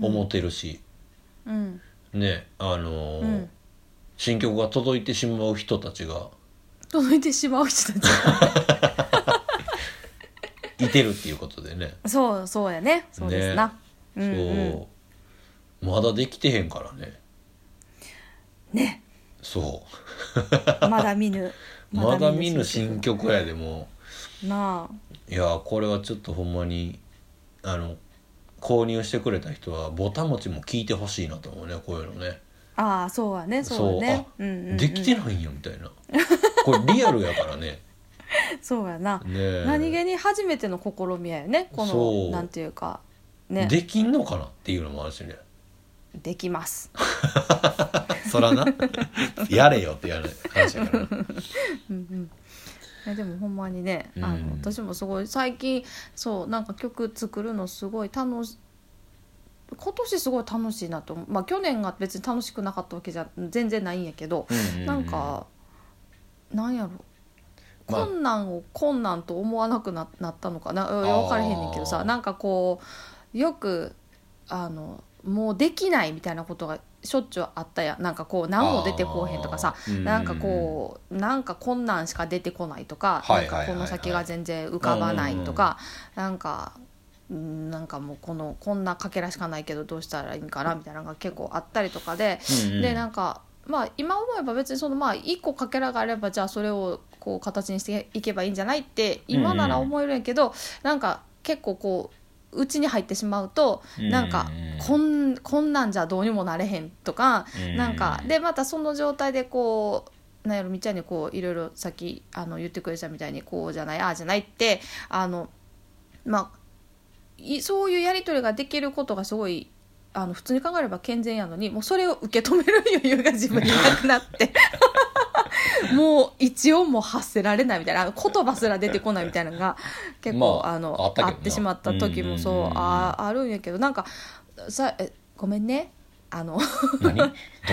S1: 思ってるし、
S2: うんうん
S1: ねあのー
S2: うん
S1: 新曲が届いてしまう人たちが
S2: 届いてしまう人たち
S1: いてるっていうことでね、
S2: そうそうやねそうですな、うんうん
S1: そうまだできてへんからね
S2: ね
S1: そう
S2: まだ見ぬ
S1: まだ見ぬ
S2: 新
S1: 新曲やでも
S2: 曲なあ
S1: いやこれはちょっとほんまにあの購入してくれた人はボタン持ちも聞いてほしいなと思うねこういうのね
S2: ああそうはねそうはね
S1: あ、
S2: んんん
S1: できてないんやみたいなこれリアルやから ね
S2: そうやな、
S1: ねえ
S2: 何気に初めての試みやよねこ
S1: そ
S2: の
S1: う
S2: なんていうかねで
S1: できんのかなっていうのもあるしね
S2: きます、
S1: そらな やれよってやる話やからな
S2: うんうんいやでもほんまにね、あ
S1: うん
S2: の私もすごい最近そうなんか曲作るのすごい楽し今年すごい楽しいなと思うまあ去年が別に楽しくなかったわけじゃ全然ないんやけど、
S1: うん
S2: なんかなんやろ
S1: まあ
S2: 困難を困難と思わなくななったのかなうん分からへんねんけど
S1: あ
S2: さ
S1: ー
S2: なんかこうよくあのもうできないみたいなことがしょっちゅうあったやんなんかこう何も出てこうへんとかさ
S1: あー
S2: なんかこうなんか困難しか出てこないとか
S1: は
S2: なん
S1: いはいはいはい
S2: かこの先が全然浮かばないとかなんかうんなんかもうこのこんなかけらしかないけどどうしたらいいんかなみたいなのが結構あったりとかで
S1: うんうん
S2: でなんかまあ今思えば別にそのまあ一個かけらがあればじゃあそれをこう形にしていけばいいんじゃないって今なら思えるんやけど、なんか結構こううちに入ってしまうとなんかこんこんなんじゃどうにもなれへんとか
S1: うん
S2: なんかでまたその状態でこうなんやろみっちゃんにこういろいろさっきあの言ってくれたみたいにこうじゃないああじゃないってあのまあいそういうやり取りができることがすごいあの普通に考えれば健全やのにもうそれを受け止める余裕が自分になくなって もう一音も発せられないみたいなあの言葉すら出てこないみたいなのが結構、
S1: まあ
S2: あ、の
S1: あったけど
S2: あ
S1: な
S2: ってしまった時もそう,、
S1: うんうんうんうん
S2: ああるんやけどなんかさえごめんねあの
S1: 何ど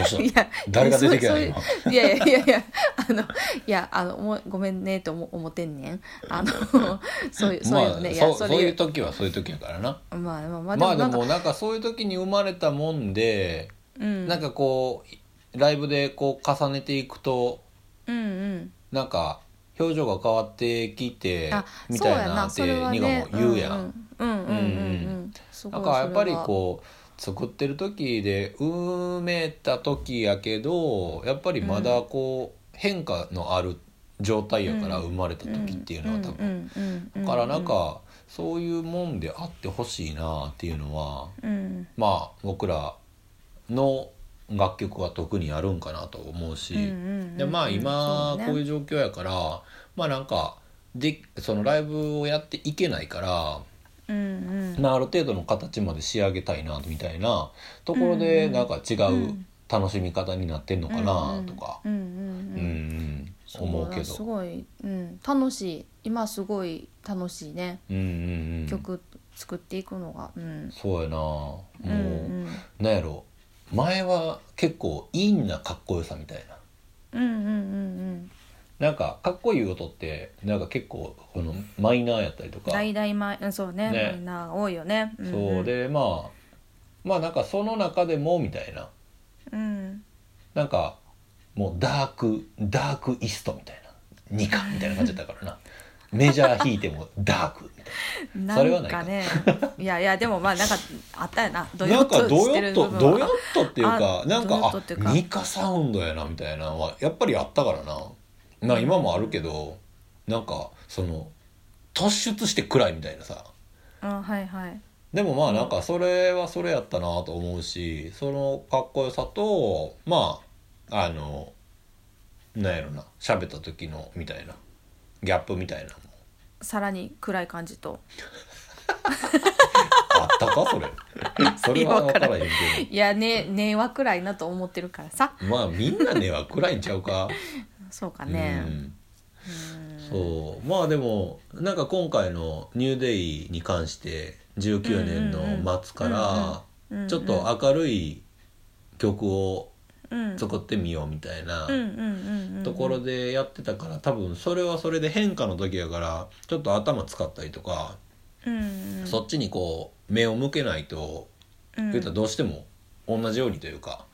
S1: うし
S2: い
S1: た
S2: や
S1: 誰が出てきた
S2: そう
S1: の
S2: いう
S1: 今
S2: いやいやいやいやあのいやあのおもごめんねと思思ってんねん あのそういうそういうのね、い
S1: まあ
S2: や
S1: そう
S2: そ
S1: そう
S2: れ
S1: いう時はそういう時やからな
S2: まあまあまあで
S1: ま
S2: も
S1: あで
S2: なんか、
S1: もなんかそういう時に生まれたもんで
S2: うん、
S1: なんかこうライブでこう重ねていくと
S2: うんうん
S1: なんか表情が変わってきて
S2: あ
S1: み
S2: そう
S1: たい
S2: や
S1: な
S2: な
S1: っ
S2: そ
S1: て
S2: れ
S1: ニガ
S2: は
S1: も
S2: ね
S1: 言うやん。
S2: うんうんうんうんうんうんすご
S1: だ
S2: い
S1: からやっぱり
S2: それは
S1: こう作ってる時で埋めた時やけどやっぱりまだこう変化のある状態やから
S2: うん
S1: 生まれた時っていうのは多分。
S2: 分
S1: だからなんかそういうもんであってほしいなっていうのは
S2: うん
S1: まあ僕らの楽曲は特にやるんかなと思うし、
S2: うんうんうん
S1: でまあ今
S2: そうね
S1: こういう状況やから、まあなんかでそのライブをやっていけないから、
S2: うんうん
S1: まあ、ある程度の形まで仕上げたいなみたいなところ
S2: うん
S1: で
S2: うん
S1: なんか違
S2: う
S1: うん楽しみ方になってんのかなとか、
S2: うんう
S1: うんうん
S2: んううん
S1: ん思うけ
S2: そだす
S1: ど。
S2: ごい、うん、楽しい今すごい楽しいね、
S1: うんうんうん、
S2: 曲作っていくのが、うん、
S1: そうやなもう、
S2: うんうん
S1: なんやろ前は結構インなかっこよさみたいな
S2: うんうんうん
S1: なんかかっこいい音ってなんか結構このマイナーやったりと
S2: うん
S1: か
S2: 大々前うんそうね
S1: ね
S2: みんな多いよねん
S1: そうでまあまあなんかその中でもみたいな
S2: うん
S1: なんかもうダークダークイストみたいなニカみたいな感じだったからなメジャー弾いてもダークみたい
S2: な
S1: それは
S2: ん
S1: ない
S2: か
S1: か
S2: ねいやいやでもまあなんかあったよなど
S1: なな
S2: よ
S1: ん
S2: っと
S1: かど
S2: して
S1: よっ
S2: る
S1: と
S2: 部分
S1: どよ
S2: は
S1: っとっていうか
S2: あ
S1: なんか
S2: どよっとっていうか
S1: あミカサウンドやなみたいなのはやっぱりあったからなな今もあるけどなんかその突出して暗いみたいなさ
S2: あはいはい
S1: でもまあなんかそれはそれやったなと思うしそのかっこよさとまああのなんやろな喋った時のみたいなギャップみたいなのも
S2: さらに暗い感じと
S1: あった かそれそれは分からへんけ
S2: いやねねは暗いなと思ってるからさ
S1: どまあみんなねは暗いんちゃうか
S2: そうかね
S1: うん
S2: うん
S1: そうまあでもなんか今回の「ニューデイに関して19年の末か
S2: うんうん
S1: ら
S2: うんうんうんうん
S1: ちょっと明るい曲を
S2: うん
S1: 作ってみようみたいな
S2: うんうんうんうん
S1: ところでやってたから多分それはそれで変化の時やからちょっと頭使ったりとか
S2: うんうん
S1: そっちにこう目を向けないと
S2: うん
S1: 言うたらどうしても同じようにというか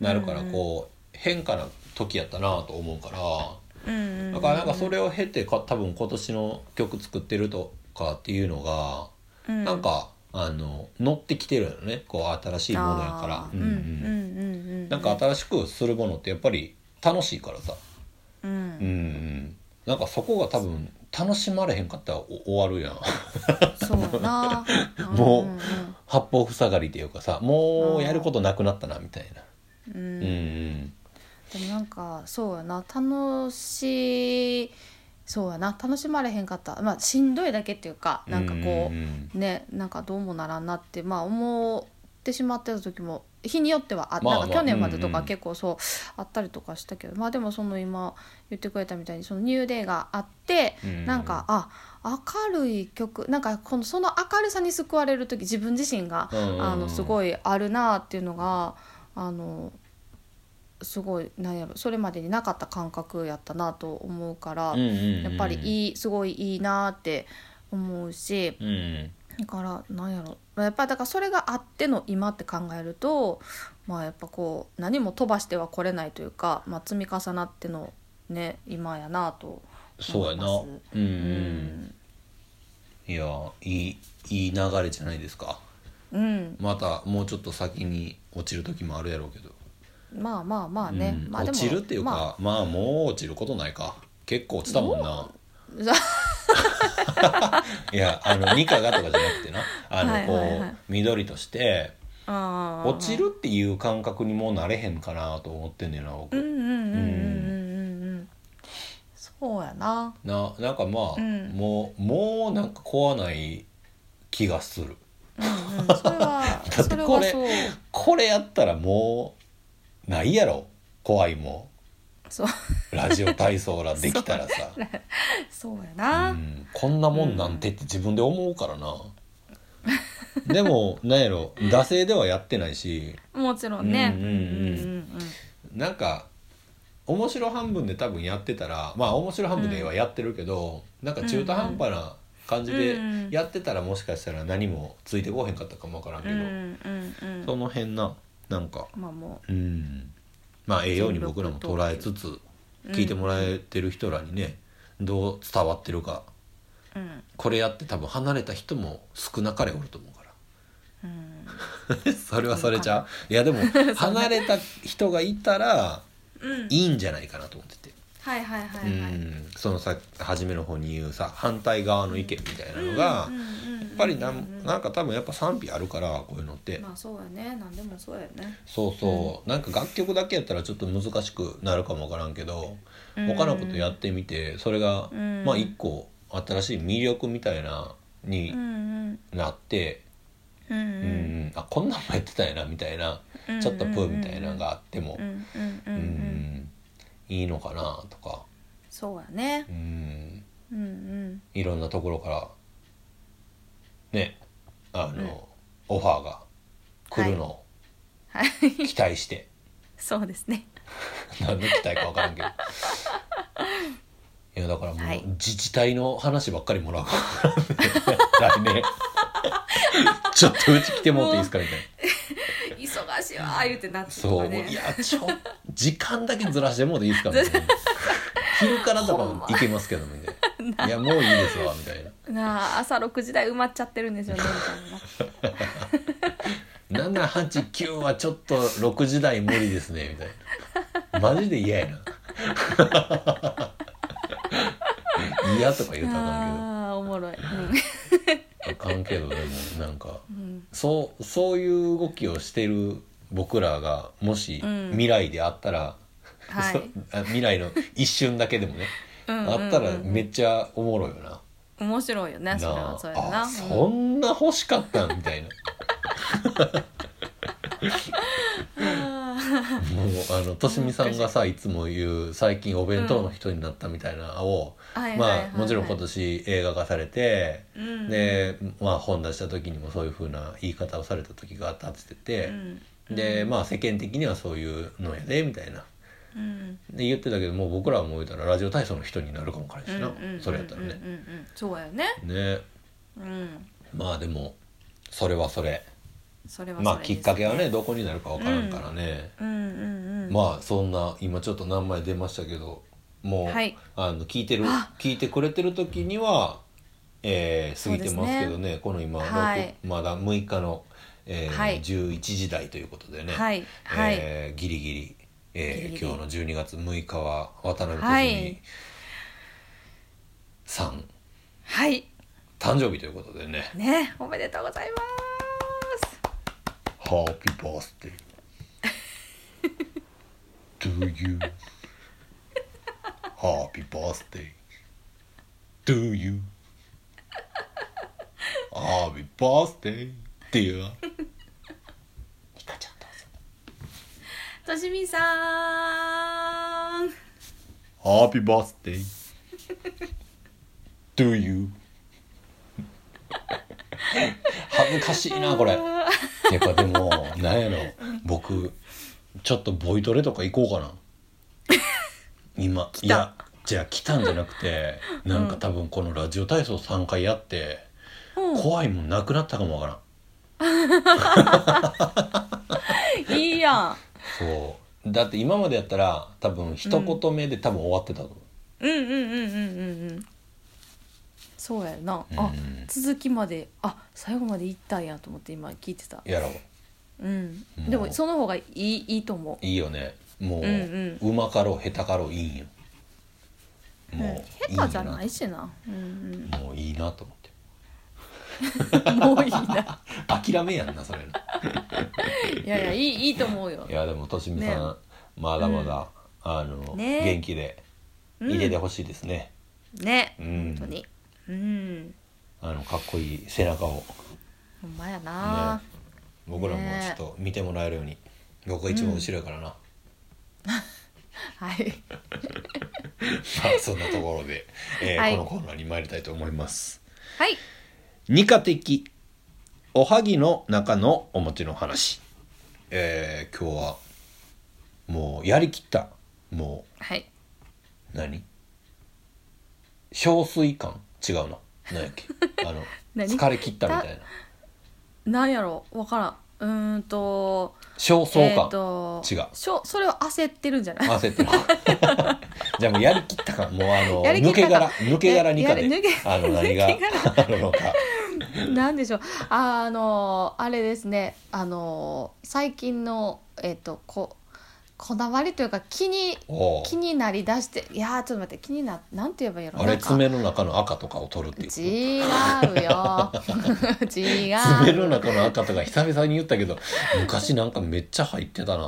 S1: なるから
S2: うん
S1: こう変化な時やったなと思うから。
S2: うんうんうん
S1: だからなんかそれを経てか多分今年の曲作ってるとかっていうのが、
S2: うん
S1: なんかあの乗ってきてるよねこう新しいものやから
S2: あ、ー
S1: う
S2: うん
S1: う
S2: んうんんうんうん
S1: なんか新しくするものってやっぱり楽しいからさ、
S2: う
S1: うん
S2: ん
S1: うん、なんかそこが多分楽しまれへんかったらお終わるやん
S2: そうやな
S1: もうん
S2: んん
S1: 八方塞がりっていうかさもうやることなくなったなみたいな、う
S2: う
S1: んう
S2: ん
S1: ん、
S2: でもなんかそうやな楽しいそうやな楽しまれへんかったまあしんどいだけっていうかなんかこ
S1: う
S2: うん
S1: うん
S2: ねなんかどうもならんなってまあ思ってしまってた時も日によってはあ、
S1: まあ
S2: な
S1: ま
S2: ん
S1: あ
S2: か去年までと
S1: うんう
S2: か
S1: ん
S2: 結構そうあったりとかしたけど、まあでもその今言ってくれたみたいにそのニューデイがあって、
S1: うん
S2: なんかあ明るい曲なんかこのその明るさに救われる時自分自身が、
S1: うん
S2: あのすごいあるなっていうのがあのすごいなんやろそれまでになかった感覚やったなと思うから、
S1: うんうんうん
S2: やっぱり
S1: い、
S2: いいすごいいいなって思うし
S1: うんうん
S2: だからなんやろやっぱりだからそれがあっての今って考えるとまあやっぱこう何も飛ばしてはこれないというか、まあ、積み重なってのね今やなと
S1: そうやな
S2: 思いま
S1: う
S2: す
S1: んうんいやいいいい流れじゃないですか
S2: うん、
S1: またもうちょっと先に落ちる時もあるやろうけど、
S2: まあまあまあね、
S1: うん
S2: まあ
S1: 落ちるっていうか、
S2: まあ
S1: まあ、もう落ちることないか結構落ちたもんな いやあの二課がとかじゃなくてなあの
S2: はい
S1: こう、
S2: はいはい
S1: 緑として
S2: あー
S1: 落ちるっていう感覚にもうなれへんかなと思ってんねんな
S2: う
S1: 僕、
S2: んうんうんうんうんうんうんそうやな
S1: ななんかまあ、
S2: うん
S1: もうもうなんか壊ない気がする
S2: うんうんそれは
S1: だって
S2: それ
S1: こ
S2: は
S1: れ
S2: そう
S1: これやったらもうないやろ怖いも
S2: そうん
S1: ラジオ体操らできたら さ、
S2: そうや
S1: う
S2: なん
S1: こんなもんなんてって自分で思うからな、でもなんやろ惰性ではやってないし
S2: もちろんね
S1: うんうんなんか面白半分で多分やってたらまあ面白半分ではやってるけど、なんか中途半端な感じで
S2: うんうん
S1: やってたらもしかしたら何もついてこうへんかったかもわからんけ
S2: うん
S1: ど、
S2: うんうんうんう
S1: その辺ななんか
S2: んまあも
S1: うんまあええように僕らも捉えつつ
S2: うん
S1: 聞いてもらえてる人らにねどう伝わってるか
S2: ううん
S1: これやって多分離れた人も少なかれおると思うから
S2: うん
S1: えそれはそれじゃういやでも離れた人がいたら
S2: うん
S1: いいんじゃないかなと思ってて、
S2: はいはいはいは
S1: う
S2: い
S1: んそのさ初めの方に言うさ反対側の意見みたいなのが、
S2: うんうんうん
S1: やっぱりなんなんか多分やっぱ賛否あるからこういうのって、
S2: まあそうやね何でもそうやね
S1: そうそう、なんか楽曲だけやったらちょっと難しくなるかもわからんけど、
S2: うん
S1: 他のことやってみてそれが、
S2: うん
S1: まあ一個新しい魅力みたいなに
S2: うんうん
S1: なって、
S2: うんう
S1: うん
S2: ん
S1: うんあこんなんもやってたんやなみたいな、
S2: うん
S1: ちょっとプーみたいなのがあっても
S2: う、んうんう
S1: うんん
S2: うん
S1: いいのかなとか、
S2: そうやね
S1: うん、
S2: うんうん
S1: いろんなところからねあの、オファーが来るのを
S2: はい
S1: 期待して、
S2: そうですね
S1: 何の期待か分からんけど。いやだからもう
S2: はい
S1: 自治体の話ばっかりもらうから、来年ちょっとうち来てもらっていいですかみたいな
S2: 忙しいわー言うてなってと
S1: そ
S2: か
S1: う、
S2: ね
S1: いやちょ時間だけずらしてもうでいいですかみたいな昼からとかもいけますけどもねいやもういいですわみたいな
S2: なあ朝6時台埋まっちゃってるんで すよねみ
S1: 789はちょっと6時台無理ですねみたいなマ ジで嫌やな嫌とか
S2: た
S1: 言とあかん
S2: いう
S1: けど
S2: なあーおもろい、
S1: あかんけどでもなんか
S2: うんうん、
S1: そうそういう動きをしてる僕らがもし
S2: うん
S1: 未来であったら、
S2: は い
S1: そあ未来の一瞬だけでもね
S2: うんうんうんうん
S1: あったらめっちゃおもろいよな。
S2: 面白いよねそれは
S1: あ
S2: そうやな
S1: あ
S2: う
S1: そんな欲しかったんみたいなもうあのとしみさんがさいつも言う最近お弁当の人になったみたいなのを、
S2: はいはいはいは
S1: ま
S2: い
S1: あもちろん今年映画化されて、
S2: うん
S1: で、まあ、本出した時にもそういうふうな言い方をされた時があったっつってて、
S2: ん
S1: でまあ世間的にはそういうのやでみたいな
S2: うん
S1: で言ってたけどもう僕らはもう言うたらラジオ体操の人になるかもわからんしな、
S2: うんうんうん
S1: それやったら
S2: う
S1: ね
S2: ん。うんうんそうやね
S1: ね
S2: うん
S1: まあでもそれはそれ。
S2: それはそれですね
S1: まあきっかけはねどこになるかわからんからね、
S2: うんうんうん
S1: まあそんな今ちょっと名前出ましたけどもう、
S2: はい
S1: あの聞いてる
S2: あ
S1: 聞いてくれてる時には、えー過ぎてますけどねこの今、
S2: はい
S1: 六まだ6日の、えー
S2: はい
S1: 11時台ということでね、
S2: はいはい
S1: えーギリギリ,、えー
S2: ギリギリ
S1: 今日の12月6日は渡辺
S2: は
S1: 俊
S2: い
S1: 美さん、
S2: はい
S1: 誕生日ということでね
S2: ねおめでとうございます
S1: 「ハッピーバースデ ー」Do you? Happy birthday to you. Happy birthday, dear.
S2: ミカちゃんどうぞとしみさん
S1: Happy birthday to you. 恥ずかしいなこれ。てかでもなんやろ僕ちょっとボイトレとか行こうかな。今いやじゃあ来たんじゃなくてなんか多分このラジオ体操3回やって、
S2: う
S1: 怖いもんなくなったかもわからん。
S2: ん いいや
S1: そうだって今までやったら多分一言目で多分終わってたと思う。
S2: んうんうんうんうんうんうんそうやな
S1: う
S2: あ
S1: ん
S2: 続きまであ最後までいったんやと思って今聞いてた
S1: やろう。
S2: うん
S1: もう
S2: でもその方がいいいいと思う
S1: いいよねもう、う
S2: うん
S1: まかろう下手かろういいんよもう、
S2: うん下手じゃないいしなうん
S1: なもういいなと思って
S2: うん、もういいな
S1: 諦めやんなそれない
S2: やいやいいいいと思うよ
S1: いやでもとしみさん、
S2: ね
S1: まだまだ、あの、
S2: ね
S1: 元気で
S2: うん
S1: 入れてほしいですね、
S2: ね、
S1: うん
S2: 本当にうん
S1: あのかっこいい背中を
S2: ほんまやな、
S1: 僕らもちょっと見てもらえるように、僕が一番後ろやからな、ま
S2: はい
S1: あそんなところ で、えー
S2: はい
S1: このコーナーに参りたいと思います
S2: はい
S1: 二課的おはぎの中のお餅の話えー、今日はもうやりきったも
S2: はい、
S1: う何憔悴感違うな何や っけあの
S2: 何
S1: 疲れ切ったみたいな
S2: なんやろわからんうーんと
S1: 焦燥
S2: えー
S1: 感、
S2: と
S1: 違う
S2: しょそれを焦ってるんじゃない
S1: 焦ってる じゃあもうやりきった感もうあの
S2: やりき
S1: 抜
S2: った
S1: け
S2: 感
S1: 殻抜け殻二課で
S2: ややり抜け
S1: あの何が
S2: 抜け
S1: あるのか
S2: なんでしょうあのあれですねあの最近のえっ、とここだわりというか気に
S1: おう
S2: 気になりだしていやーちょっと待って気にななんて言えばいいの
S1: あ
S2: な
S1: れ
S2: んか
S1: 爪の中の赤とかを取るっていう
S2: 違うよ 違う
S1: 爪の中の赤とか久々に言ったけど昔なんかめっちゃ入ってたな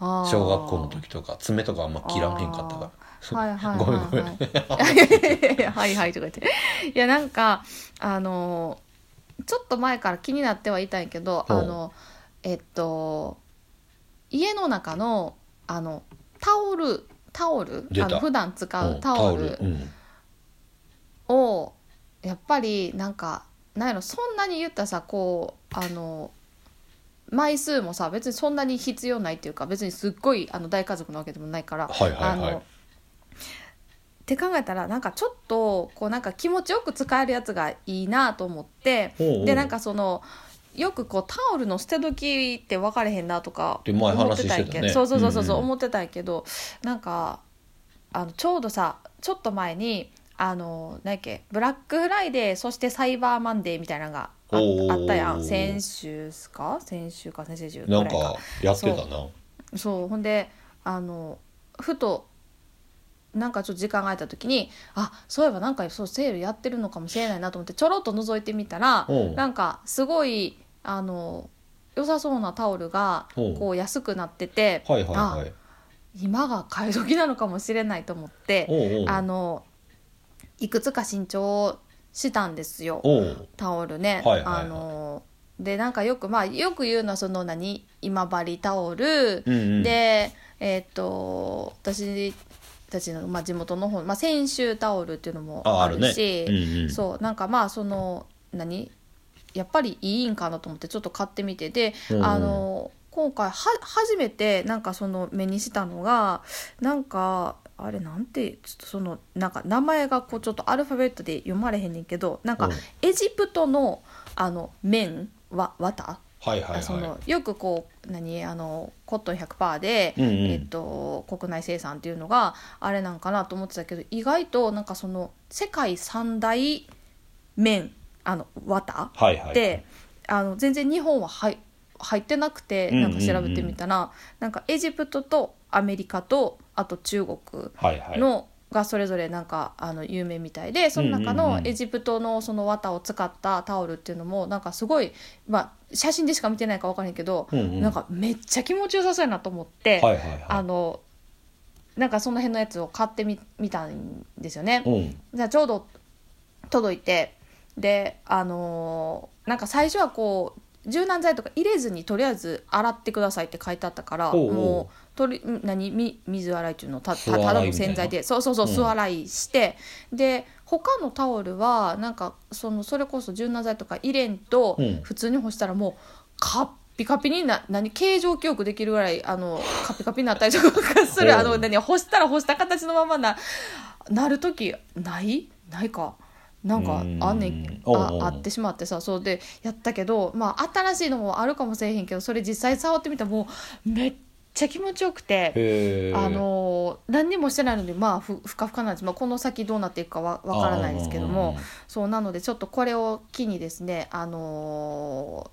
S2: あー
S1: 小学校の時とか爪とかあんま切らんへんかったから
S2: はいはいはい
S1: ごめんごめん
S2: はいはいはいとか言っていやなんかあのちょっと前から気になってはいたんやけど
S1: ほ
S2: あ
S1: う
S2: のえっと家の中のあのタオルタオル
S1: 出た
S2: あの普段使
S1: うん
S2: うタオル
S1: うん
S2: をやっぱりなんかなんやろそんなに言ったらさこうあの枚数もさ別にそんなに必要ないっていうか別にすっごいあの大家族なわけでもないから、
S1: はいはいはい
S2: あのって考えたらなんかちょっとこうなんか気持ちよく使えるやつがいいなと思って
S1: ほうほう
S2: でなんかそのよくこうタオルの捨て時って分かれへんなとか
S1: で前
S2: 思ってた
S1: 話
S2: んや
S1: して
S2: け
S1: た
S2: ど、
S1: ね
S2: そうそうそうそ
S1: う
S2: う、
S1: んうん
S2: 思ってたんやけどなんかあのちょうどさちょっと前にあの何やっけブラックフライデーそしてサイバーマンデーみたいなのがあ
S1: おー
S2: あったやん先週っすか先週か先々週ぐら
S1: ないん
S2: か
S1: かやってたな
S2: そうほんであのふとなんかちょっと時間が空いた時にあそういえばなんかそうセールやってるのかもしれないなと思ってちょろっと覗いてみたら
S1: おう
S2: なんかすごいあの良さそうなタオルが
S1: おう
S2: こう安くなってて
S1: はいはいはい
S2: 今が買い時なのかもしれないと思って
S1: おうおう
S2: あのいくつか新調したんですよ。
S1: おう
S2: タオルね、
S1: はいはいはい
S2: あのでなんかよくまあよく言うのはその何今治タオル、
S1: うんうん
S2: でえーっと私たちの、まあ、地元の方、まあ、泉州タオルっていうのも
S1: あ
S2: あ
S1: ある
S2: る
S1: ね
S2: し
S1: うんうん
S2: そうなんかまあその何やっぱりいいんかなと思ってちょっと買ってみてで、
S1: うんうん
S2: あの今回は初めてなんかその目にしたのがなんかあれなんてちょっとそのなんか名前がこうちょっとアルファベットで読まれへんねんけどなん
S1: う
S2: か
S1: ん
S2: エジプトのあの綿わ綿
S1: はいはい
S2: あそ
S1: は
S2: のよくこう何あのコットン100%で、
S1: いうんう
S2: えっ
S1: ん
S2: と、国内生産っていうのがあれなんかなと思ってたけど意外となんかその世界三大綿あの綿
S1: はいはい
S2: で、あの全然日本は入入ってなくてなんか調べてみたら、なんかエジプトとアメリカとあと中国
S1: はいはい
S2: の、がそれぞれなんかあの有名みたいでその中
S1: うんうん
S2: の
S1: うん
S2: エジプトのその綿を使ったタオルっていうのもなんかすごい、まあ、写真でしか見てないか分からへんけど、
S1: うんうん
S2: なんかめっちゃ気持ちよさそうやなと思って、
S1: はいはいはい
S2: あのなんかその辺のやつを買ってみ見たんですよね。
S1: うん
S2: じゃあちょうど届いてであのーなんか最初はこう柔軟剤とか入れずにとりあえず洗ってくださいって書いてあったから
S1: おうおう
S2: もうとりん何み水洗いっていうのをたた
S1: 素洗い
S2: ただの洗剤でそうそうそう
S1: うん
S2: 素洗いして、で他のタオルはなんかそのそれこそ柔軟剤とか入れんと、
S1: うん
S2: 普通に干したらもうカッピカピにな何形状記憶できるぐらいあのカピカピになったりとかする
S1: おう
S2: あの何干したら干した形のままななる時ないないかなんかあんねん
S1: うんおうおう
S2: ああってしまってさそうでやったけどまあ新しいのもあるかもしれへんけどそれ実際触ってみたらもうめっちゃ気持ちよくて。
S1: へえ
S2: あのー何にもしてないのでまあふふかふかなんです、まあ、この先どうなっていくかわわからないですけどもそうなのでちょっとこれを機にですねあの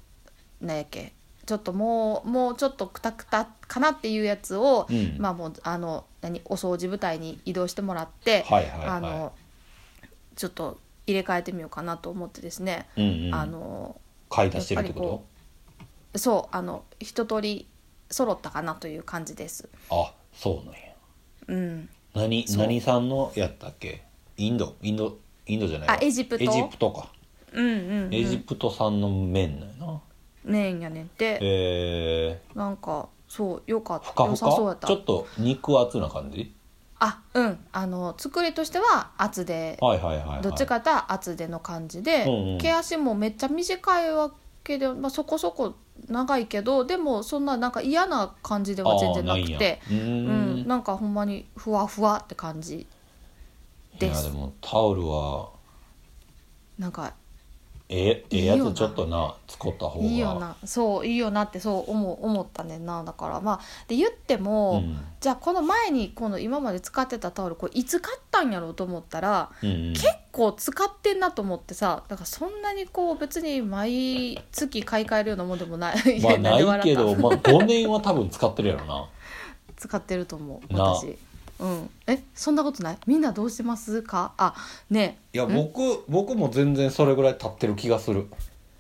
S2: ー、なんやっけちょっともうもうちょっとくたくたかなっていうやつを、
S1: うん
S2: まあもうあの何お掃除部隊に移動してもらって、
S1: はいはいはい
S2: あのちょっと入れ替えてみようかなと思ってですね、
S1: うんうん
S2: あの
S1: 買い足してるってこ
S2: そうあの一通り揃ったかなという感じです。
S1: とあそうなんや
S2: うん、
S1: 何
S2: そう
S1: 何さんのやったっけインドインドインドじゃない
S2: あエジプト
S1: エジプトか
S2: うんうん、うん、
S1: エジプト産の麺なんやな
S2: ねんやねんって
S1: へえ
S2: なんかそうよかった
S1: ふかふ
S2: 良さそう
S1: か
S2: やった
S1: ちょっと肉厚な感じ
S2: あうんあの作りとしては厚で、
S1: はいはいはいはい
S2: どっちかというと厚手の感じで、
S1: うんうん
S2: 毛足もめっちゃ短いわけで、まあ、そこそこ長いけどでもそんななんか嫌な感じでは全然なくて
S1: あーなんや
S2: う
S1: うん
S2: ん、なんかほんまにふわふわって感じ
S1: い
S2: で
S1: や
S2: す
S1: でもタオルは
S2: なんか
S1: えええ
S2: いいよ
S1: や
S2: な
S1: つちょっとな使った方が
S2: いいよなそういいよなってそう思う思ったねんなだからまあで言って
S1: う
S2: も、
S1: ん
S2: じゃあこの前にこの今まで使ってたタオルこれいつ買ったんやろうと思ったら
S1: うんうん
S2: 結構使ってんなと思ってさだからそんなにこう別に毎月買い替えるようなもんでもないい
S1: ま
S2: や
S1: あ
S2: なんで
S1: ない
S2: 笑
S1: け
S2: った
S1: どまあ5年は多分使ってるやろな
S2: 使ってると思う
S1: なあ
S2: 私うんえそんなことないみんなどうしてますかあね
S1: いや
S2: ん
S1: 僕僕も全然それぐらい経ってる気がする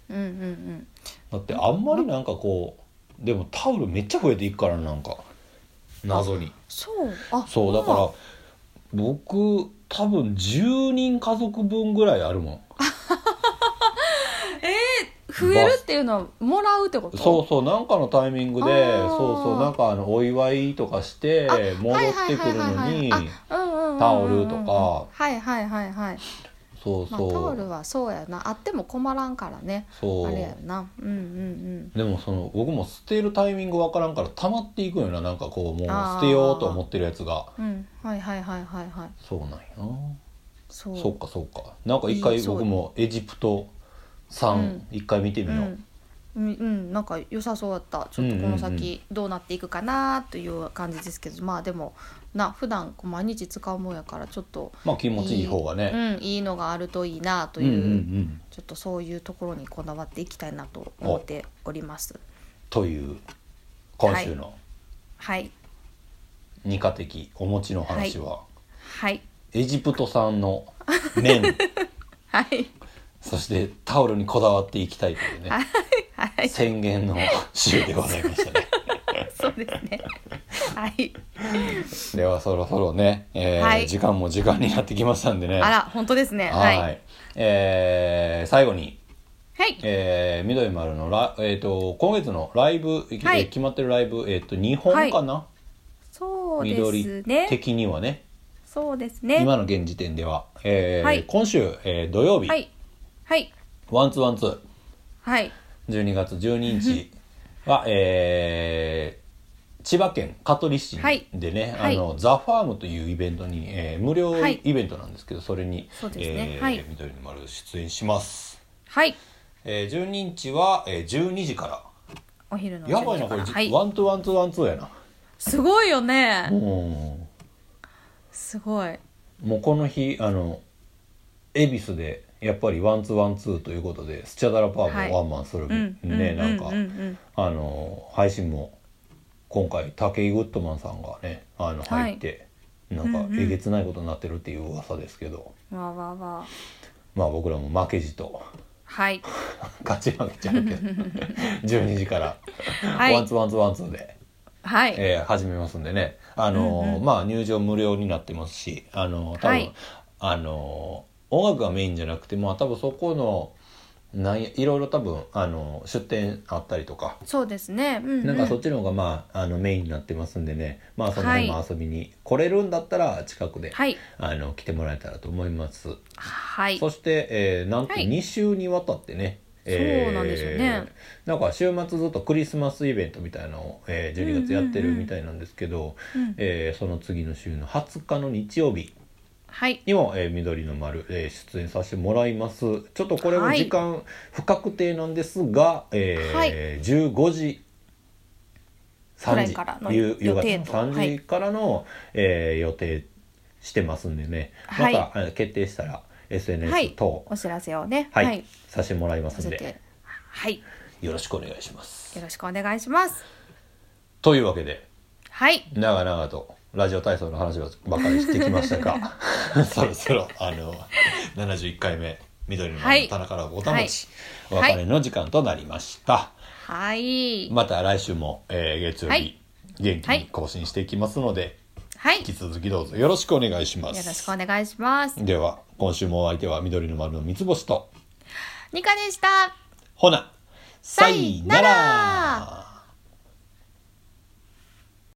S2: うんうんうん
S1: だってあんまりなんかこうでもタオルめっちゃ増えていくからなんか謎に
S2: そうあ
S1: そうだから僕多分10人家族分ぐらいあるもん
S2: ら増えるっていうのはもらうってこと
S1: そうそうなんかのタイミングで
S2: あー
S1: そうそうなんかあのお祝いとかして
S2: あ
S1: 戻ってくるの
S2: はいはいはいはい
S1: に
S2: はいうんうんうんうんうん
S1: タオルとか
S2: はいはいはいはい、
S1: そう
S2: まあ、タ
S1: そ
S2: オル
S1: う
S2: はそうやなあっても困らんからね
S1: そ
S2: あれや
S1: う
S2: なうんうん
S1: でもその僕も捨てるタイミングわからんから溜まっていくよななんかこうもう
S2: あー
S1: 捨てようと思ってるやつが
S2: うんうんはいはいはいはいはい
S1: そうなんやな
S2: そう
S1: そうかそうかなんか一回
S2: いいそう
S1: 僕もエジプトさ
S2: うんん
S1: 一回見てみ
S2: う
S1: ようん
S2: うんうんなんか良さそうだったちょっとこの先どうなっていくかなという感じですけど、まあでもな普段こう毎日使うもんやからちょっと
S1: まあ気持ちいい方がね
S2: うん、いいのがあるといいなと
S1: うん
S2: い
S1: うん
S2: う、
S1: うん
S2: ちょっとそういうところにこだわっていきたいなと思っております。
S1: という今週の
S2: はい
S1: 二課的お餅の話は、
S2: はい
S1: エジプト産の 麺
S2: はい
S1: そしてタオルにこだわっていきたいというね
S2: はい
S1: 宣言の週でございましたね
S2: そうですね。はい
S1: ではそろそろね、えー
S2: はい
S1: 時間も時間になってきましたんでね
S2: あら本当ですね。は
S1: はいい、
S2: はい
S1: えー最後にえー、緑丸のラ、えー、と今月のライブ、えー
S2: はい
S1: 決まってるライブ、えー、と2本かな、
S2: そうです
S1: 緑
S2: ね。
S1: 的にはね
S2: そうですね。
S1: 今の現時点では、えー
S2: はい
S1: 今週、えー土曜日、
S2: はいはい
S1: ワンツーワンツー
S2: はい
S1: 12月12日は、えー千葉県香取市
S2: はい
S1: でね、
S2: はい
S1: あのザ・ファームというイベントに、えー無料
S2: はい
S1: イベントなんですけどそれに
S2: そうですね
S1: えー
S2: はい
S1: 緑の丸出演します、
S2: はい
S1: えー、12日は、えー12時から
S2: お昼の
S1: やばいな
S2: 12
S1: これ、
S2: 時からはい
S1: ワンツーワンツーワンツーやな
S2: すごいよね。
S1: も
S2: すごい。
S1: うもうこの日あの恵比寿でやっぱりワンツーワンツーということでスチャダラパ
S2: は
S1: ー
S2: い
S1: もワンマンする、
S2: うんうん
S1: ねなん
S2: う
S1: か
S2: んうん
S1: あの配信も今回武井グッドマンさんがねあの
S2: はい
S1: 入って、なん
S2: うん
S1: か
S2: うん
S1: えげつないことになってるっていう噂ですけど、
S2: うんわわわ
S1: まあ僕らも負けじと
S2: はい
S1: 勝ち負けちゃう けど12時から、
S2: は
S1: ワン
S2: い
S1: ツーワンツーワンツーで。
S2: はい
S1: えー始めますんでね、あのー
S2: うんうん
S1: まあ、入場無料になってますし、あのー多分、
S2: はい
S1: あのー音楽がメインじゃなくて、まあ、多分そこのなんやいろいろ多分、あのー出店あったりとか。
S2: そうですね。うんうん
S1: なんかそっちの方がまああのメインになってますんでねまあその辺
S2: は
S1: も
S2: い
S1: 遊びに来れるんだったら近くで、
S2: はい
S1: あの来てもらえたらと思います、
S2: はい
S1: そして、えーなんと
S2: はい
S1: 2週にわたってね、
S2: そうなんですよね
S1: なんか週末ずっとクリスマスイベントみたいなのを、えー12月やってるみたいなんですけど、
S2: うん
S1: えーその次の週の20日の日曜日
S2: はい
S1: にも「えー緑の丸、えー出演させてもらいますちょっとこれも
S2: はい
S1: 時間不確定なんですが、えー
S2: はい
S1: 15時3
S2: くらい
S1: 時
S2: からの
S1: 夕夕
S2: 予
S1: 方
S2: 定とは
S1: 3
S2: い
S1: 時からの、えー予定してますんでね
S2: は
S1: ま
S2: い
S1: た、あの決定したら
S2: は
S1: SNS
S2: い
S1: 等、
S2: お知らせをね
S1: はいさせてもらいま
S2: さ
S1: すん
S2: せ
S1: で
S2: てはい
S1: よろしくお願いします。
S2: よろしくお願いします。
S1: というわけで
S2: はい
S1: 長々とラジオ体操の話ばかりしてきました がそろそろあの71回目緑の
S2: はい
S1: 棚からおたもち、
S2: はい
S1: お別れの時間となりました、
S2: はい
S1: また来週も、えー月曜日、
S2: はい
S1: 元気
S2: は
S1: に
S2: い
S1: 更新していきますので、
S2: はいよ
S1: 引き続きどうぞよろしくお願いしま
S2: ろ
S1: す
S2: しくお願いします。
S1: では今週もお相手は緑の丸の三つ星と
S2: ニカでした。
S1: ほな
S2: さいなら